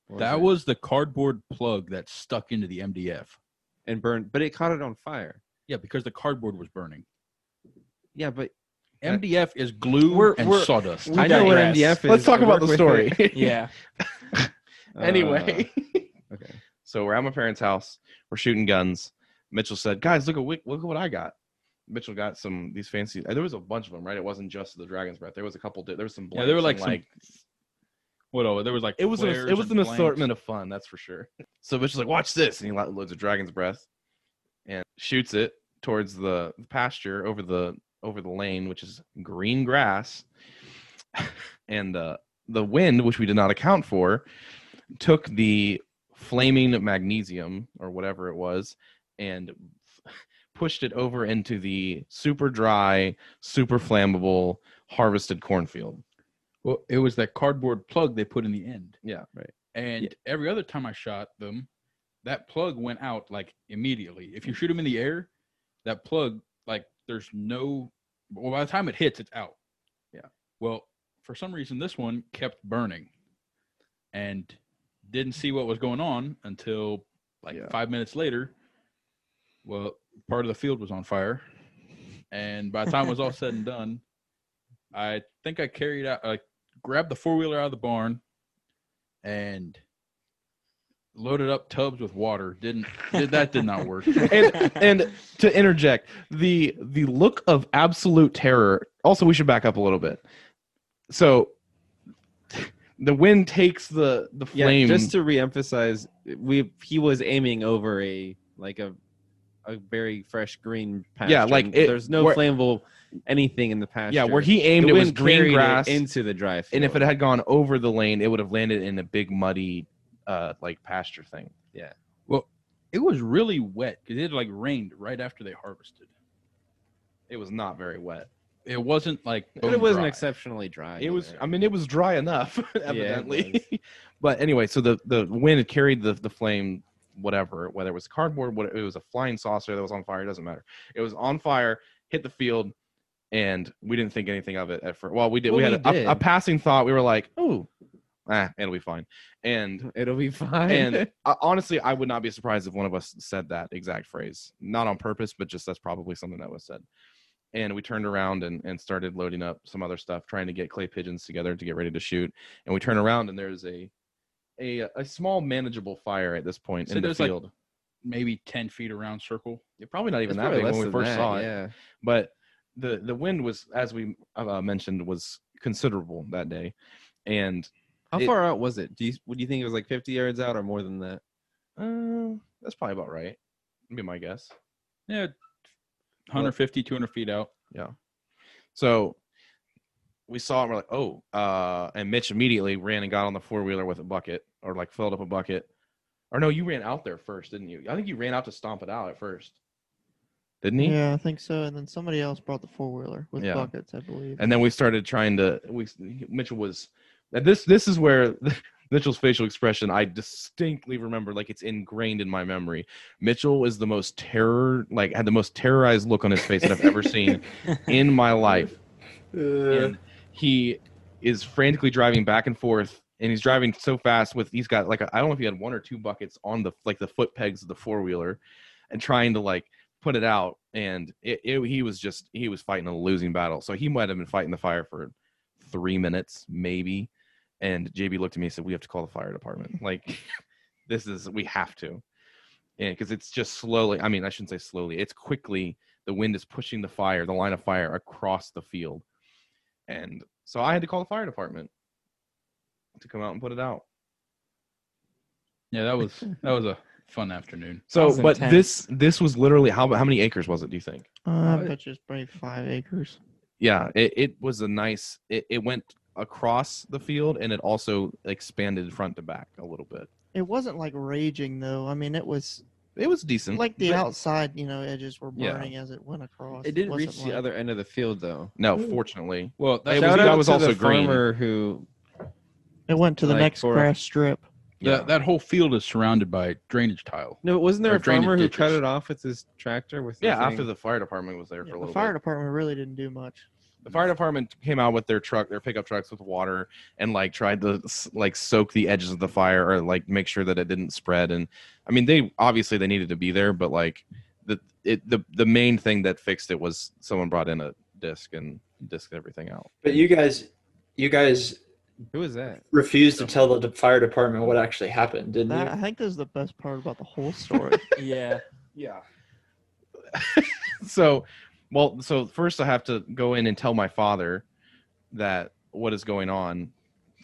Speaker 5: what
Speaker 6: That
Speaker 5: it?
Speaker 6: was the cardboard plug that stuck into the MDF.
Speaker 5: and burned, but it caught it on fire.
Speaker 6: Yeah, because the cardboard was burning.
Speaker 5: Yeah, but
Speaker 1: That-
Speaker 6: MDF is glue
Speaker 2: We're-
Speaker 6: and
Speaker 2: we're-
Speaker 6: sawdust.
Speaker 2: we- I know what digress. MDF
Speaker 1: Let's talk about the story.
Speaker 2: Yeah,
Speaker 1: anyway,
Speaker 5: Uh, okay.
Speaker 1: so we're at my parents' house. We're shooting guns. Mitchell said, "Guys, look at what- look at what I got." Mitchell got some these fancy. There was a bunch of them, right? It wasn't just the Dragon's Breath. There was a couple. di- There was some.
Speaker 6: Yeah, there were,
Speaker 1: blanks
Speaker 6: like,
Speaker 1: and,
Speaker 6: What? Oh, there was like
Speaker 1: it was an,
Speaker 6: flares
Speaker 1: it was
Speaker 6: and
Speaker 1: an
Speaker 6: blanks.
Speaker 1: assortment of fun, that's for sure. So Mitchell's like, watch this, and he lo- loads a dragon's breath, and shoots it towards the pasture over the over the lane, which is green grass, and uh, the wind, which we did not account for, took the flaming magnesium or whatever it was, and pushed it over into the super dry, super flammable harvested cornfield.
Speaker 6: Well, it was that cardboard plug they put in the end.
Speaker 1: Yeah.
Speaker 5: Right.
Speaker 6: And every other time I shot them, that plug went out like immediately. If you shoot them in the air, that plug like there's no. Well, by the time it hits, it's out.
Speaker 1: Yeah.
Speaker 6: Well, for some reason, this one kept burning, and didn't see what was going on until like
Speaker 1: Yeah.
Speaker 6: five minutes later. Well, part of the field was on fire, and by the time it was all said and done, I think I carried out, I grabbed the four wheeler out of the barn, and loaded up tubs with water. Didn't did, that did not work.
Speaker 1: and and to interject, the the look of absolute terror. Also, we should back up a little bit. So the wind takes the the
Speaker 5: Yeah,
Speaker 1: flame.
Speaker 5: just to reemphasize, we he was aiming over a like a a very fresh green pasture.
Speaker 1: Yeah, like, it-
Speaker 5: there's no
Speaker 1: where-
Speaker 5: flammable anything in the pasture.
Speaker 1: yeah, where he
Speaker 5: The
Speaker 1: aimed, it was
Speaker 5: wind carried
Speaker 1: green
Speaker 5: it
Speaker 1: grass,
Speaker 5: into the dry field.
Speaker 1: and if it had gone over the lane, it would have landed in a big muddy, uh, like pasture thing.
Speaker 6: It was really wet because it like rained right after they harvested.
Speaker 1: It was not very wet.
Speaker 6: It wasn't like
Speaker 5: but
Speaker 6: bone
Speaker 5: it wasn't
Speaker 6: dry.
Speaker 5: exceptionally dry.
Speaker 1: It was.
Speaker 5: either.
Speaker 1: I mean, it was dry enough,
Speaker 5: it
Speaker 1: evidently. but anyway, so the the wind had carried the the flame, whatever, whether it was cardboard, what it was a flying saucer that was on fire. It doesn't matter. It was on fire, hit the field, and we didn't think anything of it at first. Well, we did. we
Speaker 5: Well,
Speaker 1: had
Speaker 5: we
Speaker 1: a,
Speaker 5: did.
Speaker 1: A, passing thought. We were like, "Oh, ah, it'll be fine." And
Speaker 5: it'll be fine.
Speaker 1: and uh, honestly, I would not be surprised if one of us said that exact phrase, not on purpose, but just that's probably something that was said. And we turned around and, and started loading up some other stuff, trying to get clay pigeons together to get ready to shoot. And we turn around and there's a a, a small manageable fire at this point
Speaker 6: So
Speaker 1: in the
Speaker 6: there's, like,
Speaker 1: field.
Speaker 6: maybe ten feet around circle.
Speaker 1: It probably not
Speaker 5: It's
Speaker 1: even that
Speaker 5: probably
Speaker 1: big when
Speaker 5: less
Speaker 1: we
Speaker 5: than
Speaker 1: first
Speaker 5: that,
Speaker 1: saw it.
Speaker 5: Yeah.
Speaker 1: But the the wind was, as we uh, mentioned, was considerable that day. And
Speaker 5: How
Speaker 1: It-
Speaker 5: far out was it? Do you would you think it was like 50 yards out or more than that?
Speaker 1: uh, that's probably about right. Would be my guess.
Speaker 6: Yeah, 150, 200 feet out.
Speaker 1: So we saw it. And we're like, oh, uh, and Mitch immediately ran and got on the four wheeler with a bucket, or like filled up a bucket. Or no, you ran out there first, didn't you? I think you ran out to stomp it out at first, didn't he?
Speaker 4: Yeah, I think so. And then somebody else brought the four wheeler with
Speaker 1: Yeah.
Speaker 4: buckets, I believe.
Speaker 1: And then we started trying to. We Mitchell was. and This this is where Mitchell's facial expression I distinctly remember, like it's ingrained in my memory. Mitchell is the most terror, like had the most terrorized look on his face that I've ever seen in my life.
Speaker 3: Uh,
Speaker 1: and he is frantically driving back and forth and he's driving so fast with he's got like I I don't know if he had one or two buckets on the like the foot pegs of the four wheeler and trying to like put it out and it, it he was just he was fighting a losing battle so he might have been fighting the fire for three minutes maybe and JB looked at me and said we have to call the fire department like this is we have to and because it's just slowly I mean I shouldn't say slowly it's quickly the wind is pushing the fire the line of fire across the field and so I had to call the fire department to come out and put it out.
Speaker 6: Yeah, that was that was a fun afternoon.
Speaker 1: So,
Speaker 2: was
Speaker 1: but
Speaker 2: intense.
Speaker 1: this this was literally how how many acres was it? Do you think?
Speaker 4: uh, I bet you it's probably five acres.
Speaker 1: Yeah, it, it was a nice. It, it went across the field and it also expanded front to back a little bit.
Speaker 4: It wasn't like raging though. I mean, it was
Speaker 1: It was decent.
Speaker 4: like the
Speaker 1: But-
Speaker 4: outside, you know, edges were
Speaker 1: Yeah.
Speaker 4: burning as it went across.
Speaker 5: It didn't
Speaker 4: wasn't
Speaker 5: reach
Speaker 4: like-
Speaker 5: the other end of the field though.
Speaker 1: No, fortunately,
Speaker 6: Well,
Speaker 1: It
Speaker 6: that
Speaker 1: was-
Speaker 5: Shout
Speaker 1: that
Speaker 5: out
Speaker 1: was
Speaker 5: to
Speaker 1: also
Speaker 5: the
Speaker 1: green.
Speaker 5: farmer who
Speaker 4: It went to the
Speaker 5: like,
Speaker 4: next
Speaker 5: for-
Speaker 4: grass strip.
Speaker 1: yeah,
Speaker 6: that whole field is surrounded by drainage tile.
Speaker 5: No, wasn't there
Speaker 6: Or
Speaker 5: a farmer
Speaker 6: drainage
Speaker 5: who cut
Speaker 6: ditches.
Speaker 5: it off with his tractor? With
Speaker 1: yeah.
Speaker 5: the
Speaker 1: After
Speaker 5: thing?
Speaker 1: the fire department was there for
Speaker 4: Yeah,
Speaker 1: a
Speaker 4: the
Speaker 1: little
Speaker 4: fire
Speaker 1: bit.
Speaker 4: department really didn't do much.
Speaker 1: the fire department came out with their truck, their pickup trucks with water, and like tried to s- like soak the edges of the fire or like make sure that it didn't spread. And I mean, they obviously they needed to be there, but like the it the the main thing that fixed it was someone brought in a disc and disked everything out.
Speaker 3: but you guys, you guys
Speaker 5: who was that?
Speaker 3: refused to tell the de- fire department what actually happened, didn't
Speaker 4: That, I
Speaker 3: you?
Speaker 4: think this is the best part about the whole story.
Speaker 2: yeah.
Speaker 1: so Well, so first I have to go in and tell my father that what is going on,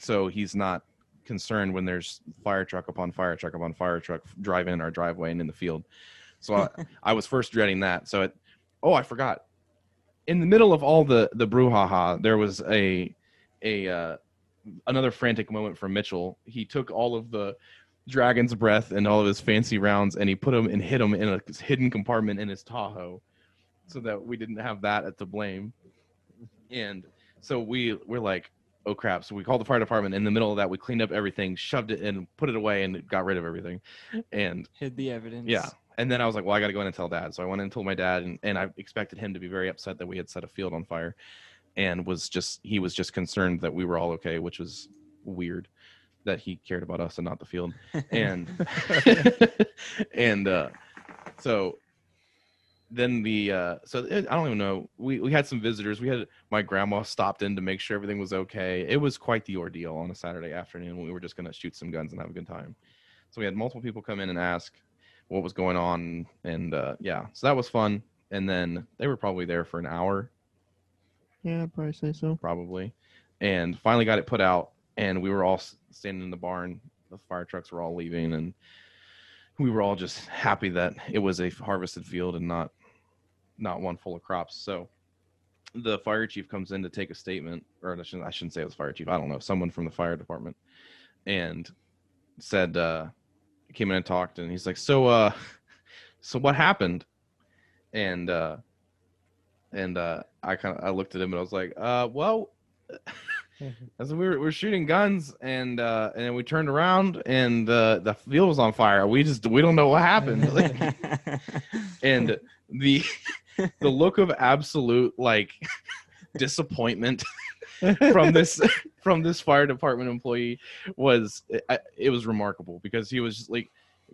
Speaker 1: so he's not concerned when there's fire truck upon fire truck upon fire truck drive in our driveway and in the field. So I, I was first dreading that. So it, oh, I forgot. In the middle of all the the brouhaha, there was a a uh, another frantic moment for Mitchell. He took all of the dragon's breath and all of his fancy rounds, and he put them and hid them in a hidden compartment in his Tahoe, so that we didn't have that at the blame. And so we we're like, oh crap! So we called the fire department. In the middle of that, we cleaned up everything, shoved it and put it away, and got rid of everything. And
Speaker 2: Hid the evidence.
Speaker 1: yeah. And then I was like, well, I got to go in and tell dad. So I went in and told my dad, and, and I expected him to be very upset that we had set a field on fire and was just, he was just concerned that we were all okay, which was weird that he cared about us and not the field. And, and, uh, so then the, uh, so it, I don't even know. We, we had some visitors. We had my grandma stopped in to make sure everything was okay. It was quite the ordeal on a Saturday afternoon. We were just going to shoot some guns and have a good time. So we had multiple people come in and ask, what was going on and uh yeah so that was fun and then they were probably there for an hour
Speaker 4: Yeah, I'd probably say so.
Speaker 1: probably and finally got it put out and we were all s- standing in the barn the fire trucks were all leaving and we were all just happy that it was a harvested field and not not one full of crops so the fire chief comes in to take a statement or I shouldn't, I shouldn't say it was fire chief i don't know someone from the fire department and said uh came in and talked and he's like so uh so what happened and uh and uh i kind of i looked at him and i was like uh well as we were, we were shooting guns and uh and then we turned around and uh the field was on fire we just we don't know what happened Like, and the the look of absolute like disappointment from this from this fire department employee was it, it was remarkable because he was just like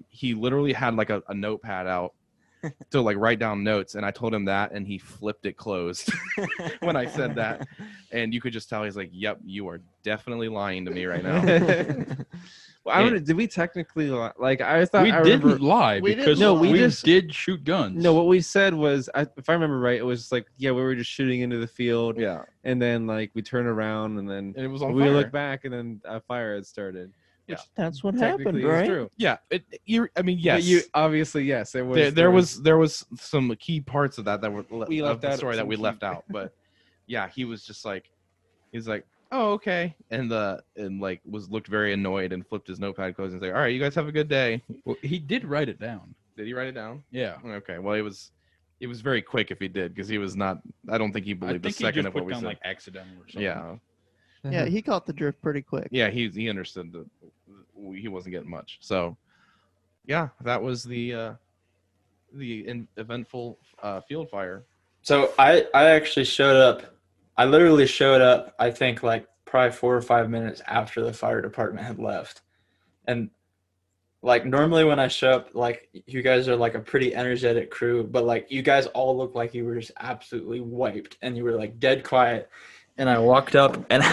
Speaker 1: he literally had like a, a notepad out to like write down notes and i told him that and he flipped it closed when I said that. and you could just tell he's like yep you are definitely lying to me right now
Speaker 5: Well, I don't. Did we technically li- like? I thought
Speaker 6: we
Speaker 5: I
Speaker 6: didn't
Speaker 5: remember-
Speaker 6: lie
Speaker 4: we didn't
Speaker 6: because
Speaker 5: No,
Speaker 6: we,
Speaker 5: we just-
Speaker 6: did shoot guns.
Speaker 5: No, what we said was, I, if I remember right, it was just like, yeah, we were just shooting into the field,
Speaker 1: yeah
Speaker 5: and then like we turn around, and then
Speaker 1: and it was on
Speaker 5: we
Speaker 1: fire.
Speaker 5: look back, and then a fire had started.
Speaker 4: That's what
Speaker 5: Technically,
Speaker 4: happened,
Speaker 5: it's
Speaker 4: right?
Speaker 5: true.
Speaker 1: yeah it, you i mean
Speaker 5: Yeah,
Speaker 1: yes
Speaker 5: But you obviously yes, it was.
Speaker 1: there, there was there was some key parts of that that were le-
Speaker 5: We
Speaker 1: of
Speaker 5: left
Speaker 1: the
Speaker 5: out
Speaker 1: story that
Speaker 5: some
Speaker 1: we
Speaker 5: key-
Speaker 1: left out but yeah he was just like he's like oh okay and the and like was looked very annoyed and flipped his notepad closed and was like all right you guys have a good day
Speaker 6: Well, he did write it down.
Speaker 1: did he write it down
Speaker 6: Yeah,
Speaker 1: okay well it was it was very quick if he did because he was not i don't think he
Speaker 6: I
Speaker 1: believed
Speaker 6: think
Speaker 1: a
Speaker 6: he
Speaker 1: second
Speaker 6: just
Speaker 1: of what
Speaker 6: put
Speaker 1: we
Speaker 6: down
Speaker 1: said
Speaker 6: like accidental or something.
Speaker 1: yeah
Speaker 4: Yeah, he caught the drift pretty quick.
Speaker 1: yeah he he understood that w- he wasn't getting much so yeah that was the uh the in- eventful uh field fire
Speaker 3: So I I actually showed up. I literally showed up. I think like probably four or five minutes after the fire department had left, and like normally when I show up, like you guys are like a pretty energetic crew, but like you guys all look like you were just absolutely wiped and you were like dead quiet. And I walked up and I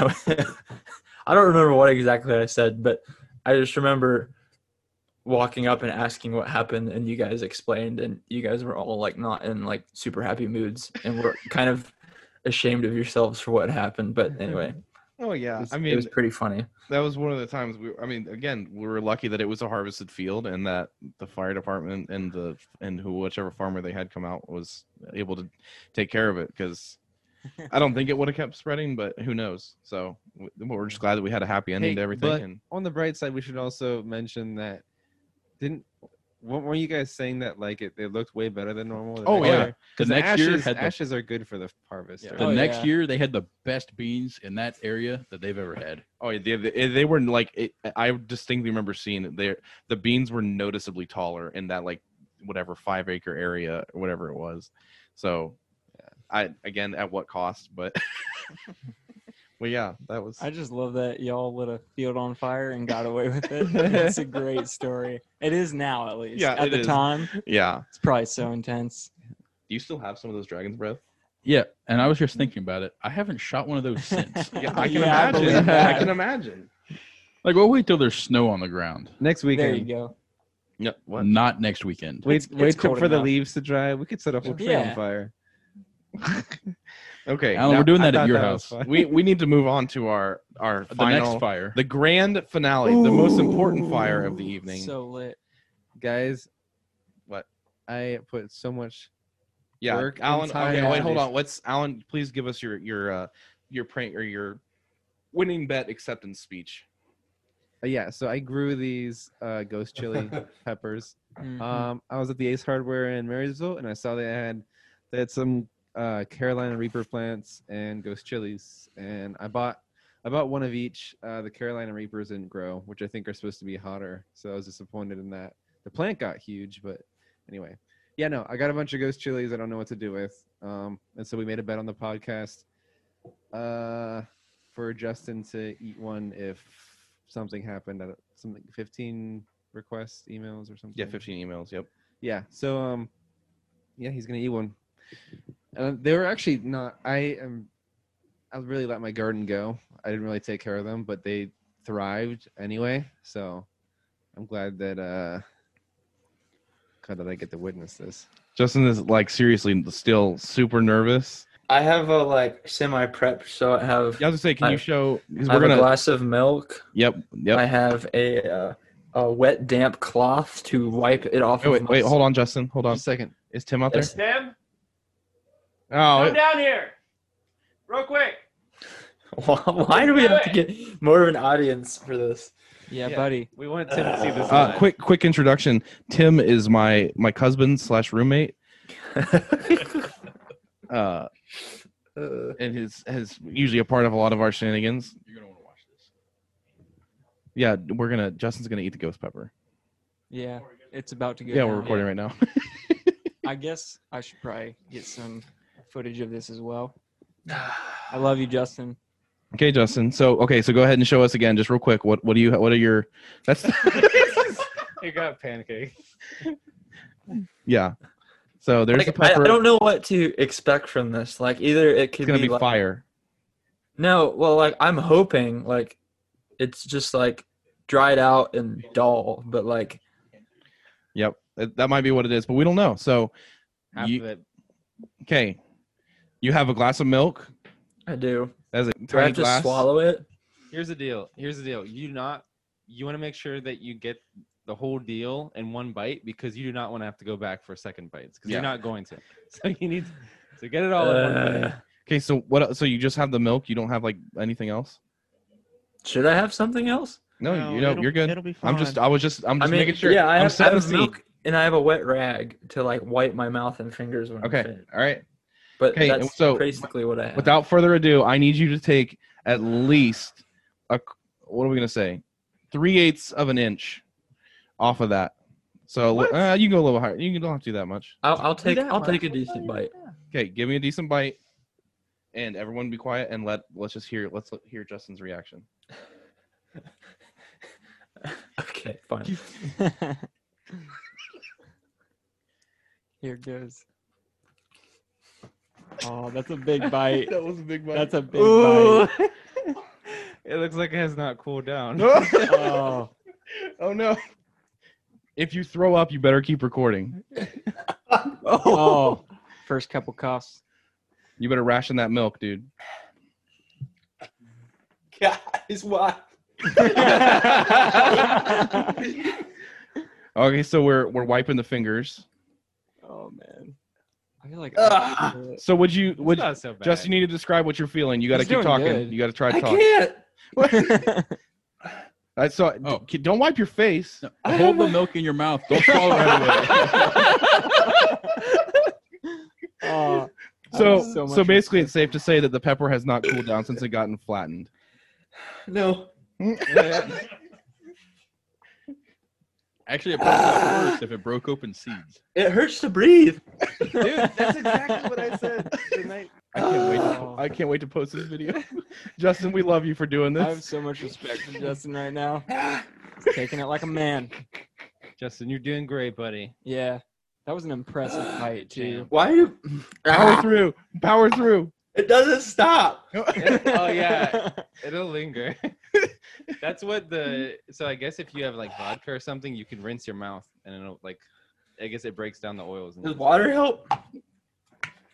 Speaker 3: I don't remember what exactly I said, but I just remember walking up and asking what happened and you guys explained and you guys were all like not in like super happy moods and were kind of ashamed of yourselves for what happened but anyway
Speaker 1: oh yeah
Speaker 3: it was,
Speaker 1: i
Speaker 3: it
Speaker 1: mean
Speaker 3: was pretty funny
Speaker 1: that was one of the times we i mean again we were lucky that it was a harvested field and that the fire department and the and who whichever farmer they had come out was able to take care of it because i don't think it would have kept spreading but who knows so w- we're just glad that we had a happy ending
Speaker 5: Hey,
Speaker 1: to everything
Speaker 5: but-
Speaker 1: and
Speaker 5: On the bright side, we should also mention that didn't. What were you guys saying that like it, it looked way better than normal? the
Speaker 1: Oh,
Speaker 5: next
Speaker 1: yeah.
Speaker 5: year?
Speaker 6: The
Speaker 5: 'Cause
Speaker 6: next
Speaker 5: ashes,
Speaker 6: year had the,
Speaker 5: ashes are good for the harvest.
Speaker 1: Yeah.
Speaker 5: right?
Speaker 6: the
Speaker 2: Oh,
Speaker 6: next
Speaker 2: yeah.
Speaker 6: year they had the best beans in that area that they've ever had.
Speaker 1: Oh, yeah, they, they, they were like it, eh, I distinctly remember seeing it there. The beans were noticeably taller in that like whatever five acre area or whatever it was. So, I again at what cost? But well, yeah, that was
Speaker 2: I just love that y'all lit a field on fire and got away with it. That's a great story. It is now, at least.
Speaker 1: Yeah,
Speaker 2: at
Speaker 1: it
Speaker 2: the
Speaker 1: is.
Speaker 2: time,
Speaker 1: yeah.
Speaker 2: it's probably so intense.
Speaker 1: Do you still have some of those dragons breath?
Speaker 6: Yeah, and I was just thinking about it. I haven't shot one of those since.
Speaker 1: Yeah, I can
Speaker 2: Yeah, I believe
Speaker 1: imagine. I,
Speaker 2: that.
Speaker 1: can imagine.
Speaker 6: like, we'll wait till there's snow on the ground.
Speaker 5: Next
Speaker 2: There
Speaker 5: weekend,
Speaker 2: you go.
Speaker 1: No, what?
Speaker 6: Not next weekend.
Speaker 5: wait,
Speaker 2: It's-
Speaker 5: wait
Speaker 2: it's
Speaker 5: till-
Speaker 2: cold
Speaker 5: for the
Speaker 2: enough.
Speaker 5: leaves to dry. We could set a whole tree
Speaker 2: Yeah.
Speaker 5: on fire.
Speaker 1: okay,
Speaker 6: Alan, we're doing that at your house.
Speaker 5: The
Speaker 1: we we need to move on to our our
Speaker 6: The
Speaker 1: final,
Speaker 6: next fire.
Speaker 1: the grand finale, the most important fire of the evening.
Speaker 2: So lit.
Speaker 5: guys.
Speaker 1: What?
Speaker 5: I put so much.
Speaker 1: yeah,
Speaker 5: work and
Speaker 1: Alan.
Speaker 5: time
Speaker 1: Okay,
Speaker 5: and
Speaker 1: wait, hold
Speaker 5: these-
Speaker 1: on. Let's Alan, please give us your your uh, your prank or your winning bet acceptance speech.
Speaker 5: uh, yeah, so I grew these uh, ghost chili peppers.
Speaker 1: Uh, Mm-hmm.
Speaker 2: Mhm.
Speaker 5: Um, I was at the Ace Hardware in Marysville, and I saw they had they had some uh, Carolina Reaper plants and ghost chilies, and I bought I bought one of each. Uh, the Carolina Reapers didn't grow, which I think are supposed to be hotter, so I was disappointed in that. The plant got huge, but anyway, yeah, no, I got a bunch of ghost chilies. I don't know what to do with, um, and so we made a bet on the podcast uh, for Justin to eat one if something happened. I don't- Something fifteen requests, emails, or something.
Speaker 1: Yeah, fifteen emails. Yep.
Speaker 5: Yeah. So um, yeah, he's gonna eat one. Uh, they were actually not. I am. I really let my garden go. I didn't really take care of them, but they thrived anyway. So I'm glad that uh, glad that I get to witness this.
Speaker 1: Justin is like seriously still super nervous.
Speaker 3: I have a like semi prep, so I have,
Speaker 1: Yeah, I was gonna say, can
Speaker 3: I-
Speaker 1: you show? Because
Speaker 3: I have
Speaker 1: we're
Speaker 3: a
Speaker 1: gonna.
Speaker 3: glass of milk.
Speaker 1: Yep. Yep.
Speaker 3: I have a uh, a wet damp cloth to wipe it off.
Speaker 1: Oh, wait, wait, hold on, Justin. Hold on.
Speaker 5: Just a second.
Speaker 1: Is Tim out there?
Speaker 3: Yes.
Speaker 7: Tim,
Speaker 1: Oh,
Speaker 7: come
Speaker 1: it-
Speaker 7: down here, real quick.
Speaker 3: Why do we have to get more of an audience for this?
Speaker 2: yeah,
Speaker 5: yeah.
Speaker 2: buddy.
Speaker 5: We want Tim to see this.
Speaker 1: uh, quick, quick introduction. Tim is my my husband slash roommate, uh,
Speaker 3: Uh,
Speaker 1: and is is usually a part of a lot of our shenanigans.
Speaker 6: You're gonna want to watch this.
Speaker 1: Yeah, we're gonna. Justin's gonna eat the ghost pepper.
Speaker 2: Yeah, it's about to go.
Speaker 1: Yeah, we're
Speaker 2: down.
Speaker 1: recording right now.
Speaker 2: I guess I should probably get some footage of this as well. I love you, Justin.
Speaker 1: okay, Justin. So okay, so go ahead and show us again, just real quick. What what do you? What are your? That's
Speaker 5: You got pancake.
Speaker 1: yeah. So there's
Speaker 3: like,
Speaker 1: the
Speaker 3: I, I
Speaker 1: pepper.
Speaker 3: don't know what to expect from this. Like either it could
Speaker 1: it's gonna be,
Speaker 3: like,
Speaker 1: fire.
Speaker 3: No, well, like I'm hoping like it's just like dried out and dull, but like
Speaker 1: Yep, that, that might be what it is, but we don't know. So
Speaker 5: Half
Speaker 1: You-
Speaker 5: of it.
Speaker 1: okay, you have a glass of milk.
Speaker 3: I do.
Speaker 1: That's a
Speaker 3: Do I
Speaker 1: tiny
Speaker 3: have to
Speaker 1: glass.
Speaker 3: swallow it?
Speaker 5: Here's the deal. Here's the deal. You do not. You want to make sure that you get the whole deal in one bite because you do not want to have to go back for second bites because
Speaker 1: Yeah.
Speaker 5: you're not going to. So you need to get it all in one bite.
Speaker 3: Uh,
Speaker 1: Okay, so what? el- So you just have the milk. You don't have like anything else.
Speaker 3: should I have something else?
Speaker 1: No, you know
Speaker 4: it'll-
Speaker 1: you're good.
Speaker 4: It'll be fine.
Speaker 1: I'm just. I was just. I'm
Speaker 3: I
Speaker 1: just
Speaker 3: mean,
Speaker 1: making sure.
Speaker 3: yeah, I
Speaker 1: I'm
Speaker 3: have, I
Speaker 1: setting the
Speaker 3: have
Speaker 1: scene.
Speaker 3: milk and I have a wet rag to like wipe my mouth and fingers when I'm
Speaker 1: Okay.
Speaker 3: finished.
Speaker 1: All right.
Speaker 3: But
Speaker 1: Okay,
Speaker 3: that's
Speaker 1: so-
Speaker 3: basically what I have.
Speaker 1: Without further ado, I need you to take at least a. What are we gonna say? Three eighths of an inch off of that. So
Speaker 5: What?
Speaker 1: uh, you can go a little higher. You can don't have to do that much.
Speaker 3: I'll, I'll take
Speaker 5: that
Speaker 3: I'll take a
Speaker 5: much.
Speaker 3: decent bite.
Speaker 1: Okay, give me a decent bite, and everyone be quiet and let let's just hear let's l- hear Justin's reaction.
Speaker 3: Okay, fine.
Speaker 2: Here goes. Oh, that's a big bite.
Speaker 1: That was a big
Speaker 2: That's a big
Speaker 5: Ooh.
Speaker 2: bite.
Speaker 5: it looks like it has not cooled down.
Speaker 2: Oh,
Speaker 1: oh no! If you throw up, you better keep recording.
Speaker 2: oh. First couple coughs.
Speaker 1: You better ration that milk, dude.
Speaker 3: Guys, why?
Speaker 1: Okay, so we're we're wiping the fingers.
Speaker 2: Oh man. I feel like
Speaker 3: Ugh.
Speaker 1: So would you
Speaker 5: It's
Speaker 1: would
Speaker 5: not so bad.
Speaker 1: Justin? You need to describe what you're feeling. You got to
Speaker 2: He's
Speaker 1: keep
Speaker 2: doing
Speaker 1: talking.
Speaker 2: good.
Speaker 1: You got to try to
Speaker 3: I
Speaker 1: talk.
Speaker 3: can't.
Speaker 1: I saw. So,
Speaker 6: Oh.
Speaker 1: d- Don't wipe your face.
Speaker 6: No, hold the milk in your mouth. Don't swallow it right away.
Speaker 2: oh, I
Speaker 1: So
Speaker 2: have
Speaker 1: so,
Speaker 2: much
Speaker 1: basically, it's safe to say that the pepper has not cooled down since it gotten flattened.
Speaker 3: No.
Speaker 6: Actually, it probably got worse if it broke open seeds.
Speaker 3: It hurts to breathe.
Speaker 5: Dude, that's exactly what I said the night.
Speaker 1: I can't wait. To,
Speaker 2: Oh.
Speaker 1: I can't wait to post this video. Justin, we love you for doing
Speaker 2: I have
Speaker 1: this.
Speaker 2: so much respect for Justin right now.
Speaker 3: Ah,
Speaker 2: He's taking it like a man.
Speaker 5: Justin, you're doing great, buddy.
Speaker 2: Yeah. That was an impressive fight too.
Speaker 3: Why do you?
Speaker 1: Power
Speaker 3: Ah,
Speaker 1: through. Power through.
Speaker 3: it doesn't stop.
Speaker 5: oh yeah, it'll linger. That's what the so I guess if you have like vodka or something, you can rinse your mouth and it'll like I guess it breaks down the oils. And
Speaker 3: Does water help?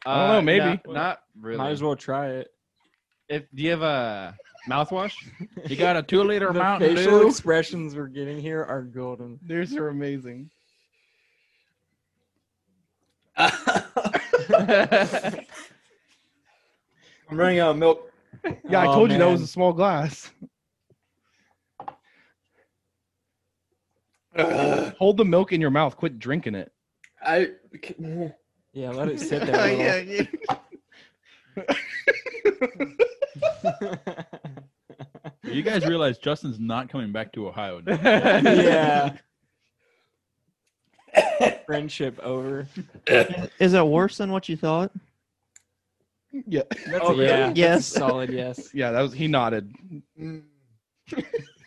Speaker 1: I don't know, maybe.
Speaker 5: not- Uh, not really.
Speaker 2: Might as well try it.
Speaker 5: If do you have a mouthwash?
Speaker 6: You got a two liter
Speaker 2: The
Speaker 6: Mountain
Speaker 2: facial
Speaker 6: Dew.
Speaker 2: expressions we're getting here are golden.
Speaker 1: Theirs are amazing.
Speaker 5: I
Speaker 3: I'm running out of milk.
Speaker 1: Yeah, I
Speaker 2: Oh,
Speaker 1: told you that was
Speaker 2: man.
Speaker 1: a small glass.
Speaker 3: Ugh.
Speaker 1: Hold the milk in your mouth. Quit drinking it.
Speaker 3: I
Speaker 2: Yeah, let it sit there. a
Speaker 4: yeah, yeah.
Speaker 2: little.
Speaker 6: You guys realize Justin's not coming back to Ohio. Now.
Speaker 2: yeah. Friendship over.
Speaker 4: Is it worse than what you thought?
Speaker 1: Yeah,
Speaker 2: That's
Speaker 3: Oh,
Speaker 2: a
Speaker 3: really?
Speaker 2: yeah. that's a
Speaker 4: Yes.
Speaker 2: solid yes.
Speaker 1: yeah. That was he nodded.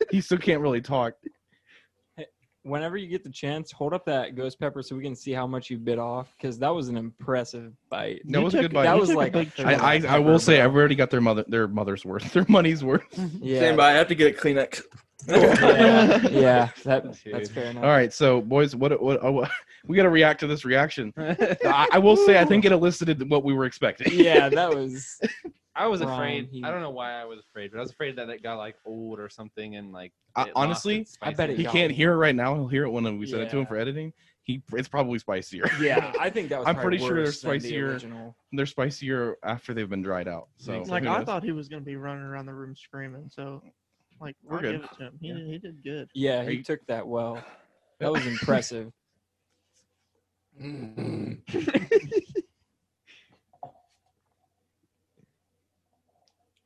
Speaker 1: He still can't really talk.
Speaker 2: Whenever you get the chance, hold up that ghost pepper so we can see how much you bit off because that was an impressive bite.
Speaker 1: That
Speaker 4: You
Speaker 1: was a
Speaker 4: took-
Speaker 1: good bite.
Speaker 2: That
Speaker 4: you
Speaker 2: was
Speaker 4: took a
Speaker 2: like
Speaker 4: big
Speaker 1: I,
Speaker 4: chunk.
Speaker 1: I, I will say I've already got their mother their mother's worth their money's worth.
Speaker 2: Yeah.
Speaker 3: stand by. I have to get a Kleenex.
Speaker 2: Yeah, yeah, that, that's
Speaker 5: huge.
Speaker 2: fair enough.
Speaker 1: All right, so boys, what what, uh, what we got to react to this reaction? I, I will say I think it elicited what we were expecting.
Speaker 2: Yeah, that was.
Speaker 5: was
Speaker 2: Wrong,
Speaker 5: afraid.
Speaker 2: he-
Speaker 5: I don't know why I was afraid, but I was afraid that it got like old or something, and like
Speaker 1: I-
Speaker 5: it lost
Speaker 1: Uh, honestly,
Speaker 5: its
Speaker 2: I bet it
Speaker 1: he
Speaker 5: spiciness.
Speaker 2: got-
Speaker 1: can't hear it right now. He'll hear it when we send it to him
Speaker 2: Yeah.
Speaker 1: for editing. He it's probably spicier.
Speaker 2: Yeah, I think that was.
Speaker 1: I'm
Speaker 2: probably
Speaker 1: pretty sure they're
Speaker 2: worse than the
Speaker 1: spicier.
Speaker 2: original.
Speaker 1: They're spicier after they've been dried out. So
Speaker 4: like
Speaker 1: who
Speaker 4: I
Speaker 1: knows?
Speaker 4: thought he was gonna be running around the room screaming. So, like,
Speaker 1: We're
Speaker 4: I'll
Speaker 1: good.
Speaker 4: give it to him. He,
Speaker 1: Yeah.
Speaker 4: did, he did good.
Speaker 2: Yeah,
Speaker 1: Are
Speaker 2: he
Speaker 1: you-
Speaker 2: took that well. That was impressive.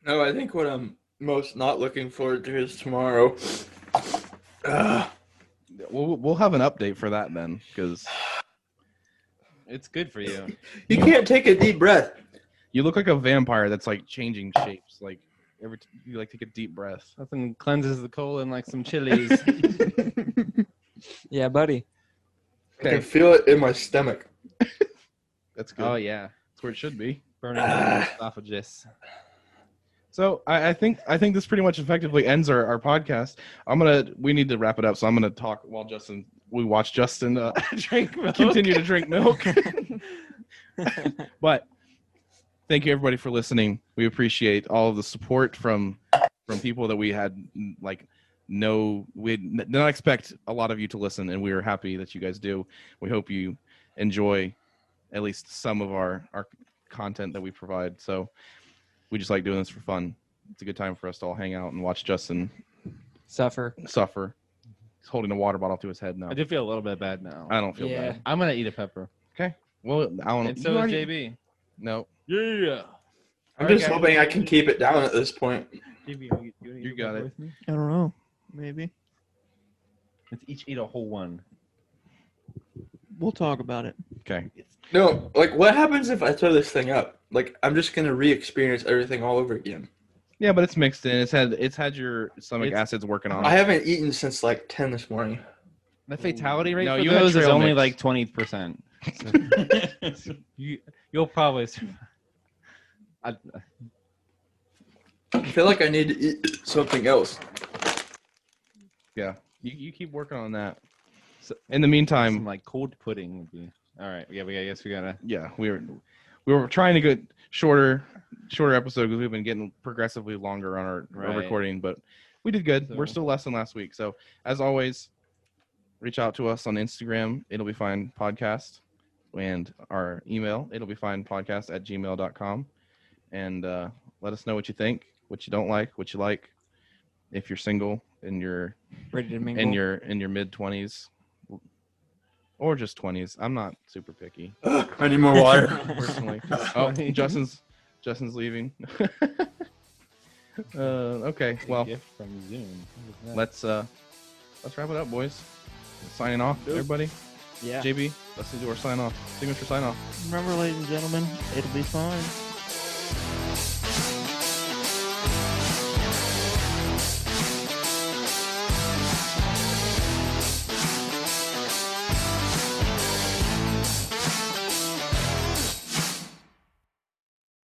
Speaker 3: no, I think what I'm most not looking forward to is tomorrow. Ugh.
Speaker 1: we'll we'll have an update for that then because
Speaker 5: It's good for you.
Speaker 3: you can't take a deep breath.
Speaker 1: you look like a vampire that's like changing shapes. Like every t- you like take a deep breath.
Speaker 5: Nothing cleanses the colon like some chilies.
Speaker 2: Yeah, buddy.
Speaker 3: I can
Speaker 1: Okay,
Speaker 3: feel it in my stomach.
Speaker 1: that's good.
Speaker 5: oh yeah,
Speaker 1: That's where it should be.
Speaker 5: burning
Speaker 3: Ah.
Speaker 5: the esophagus.
Speaker 1: So I, I think I think this pretty much effectively ends our, our podcast. I'm gonna we need to wrap it up, so I'm gonna talk while Justin we watch Justin uh, drink continue to drink milk. but thank you everybody for listening. We appreciate all of the support from from people that we had mm, like no we did not expect a lot of you to listen, and we are happy that you guys do. We hope you enjoy at least some of our our content that we provide. So we just like doing this for fun. It's a good time for us to all hang out and watch Justin
Speaker 2: Suffer.
Speaker 1: suffer. He's holding a water bottle to his head now.
Speaker 5: I do feel a little bit bad now.
Speaker 1: I don't feel
Speaker 2: Yeah.
Speaker 1: bad.
Speaker 5: I'm gonna eat a pepper.
Speaker 1: Well, I don't.
Speaker 5: And
Speaker 1: you
Speaker 5: so is
Speaker 1: already-
Speaker 5: JB.
Speaker 1: No,
Speaker 6: Yeah.
Speaker 3: I'm
Speaker 5: Alright,
Speaker 3: just
Speaker 5: guys.
Speaker 3: hoping I can keep it down at this point.
Speaker 5: JB, you,
Speaker 1: You got it.
Speaker 4: I don't know. Maybe
Speaker 5: Let's each eat a whole one.
Speaker 4: we'll talk about it.
Speaker 1: Okay.
Speaker 3: No, like what happens if I throw this thing up? Like I'm just gonna re-experience everything all over again.
Speaker 1: Yeah, but it's mixed in. It's had it's had your stomach
Speaker 5: It's-
Speaker 1: acids working on
Speaker 3: I
Speaker 1: it.
Speaker 3: haven't eaten since like ten this morning.
Speaker 5: The fatality rate
Speaker 1: No,
Speaker 5: for
Speaker 1: you had
Speaker 5: those is
Speaker 1: trail
Speaker 5: only
Speaker 1: mix.
Speaker 5: like twenty percent. you you'll probably survive. I,
Speaker 3: I feel like I need to eat something else.
Speaker 1: Yeah. You, you keep working on that. So, in the meantime,
Speaker 5: some, like cold pudding would be. All right. Yeah, we I guess we gotta.
Speaker 1: yeah, we were we were trying to get shorter shorter episodes because we've been getting progressively longer on our, our
Speaker 5: Right.
Speaker 1: recording, but we did good. We're
Speaker 5: So-
Speaker 1: still less than last week. So as always, reach out to us on Instagram, it'll be fine podcast. And our email, it'll be fine podcast at gmail.com. And uh, let us know what you think, what you don't like, what you like. If you're single and you're
Speaker 2: Ready to mingle.
Speaker 1: in your in your mid twenties, or just twenties. I'm not super picky
Speaker 3: Ugh, I need more water.
Speaker 1: personally. oh, Justin's Justin's leaving. uh, okay, well
Speaker 5: gift from Zoom.
Speaker 1: let's uh let's wrap it up, boys. Signing off, everybody.
Speaker 2: yeah.
Speaker 1: JB, let's do our sign off signature sign off.
Speaker 4: Remember, ladies and gentlemen, it'll be fine.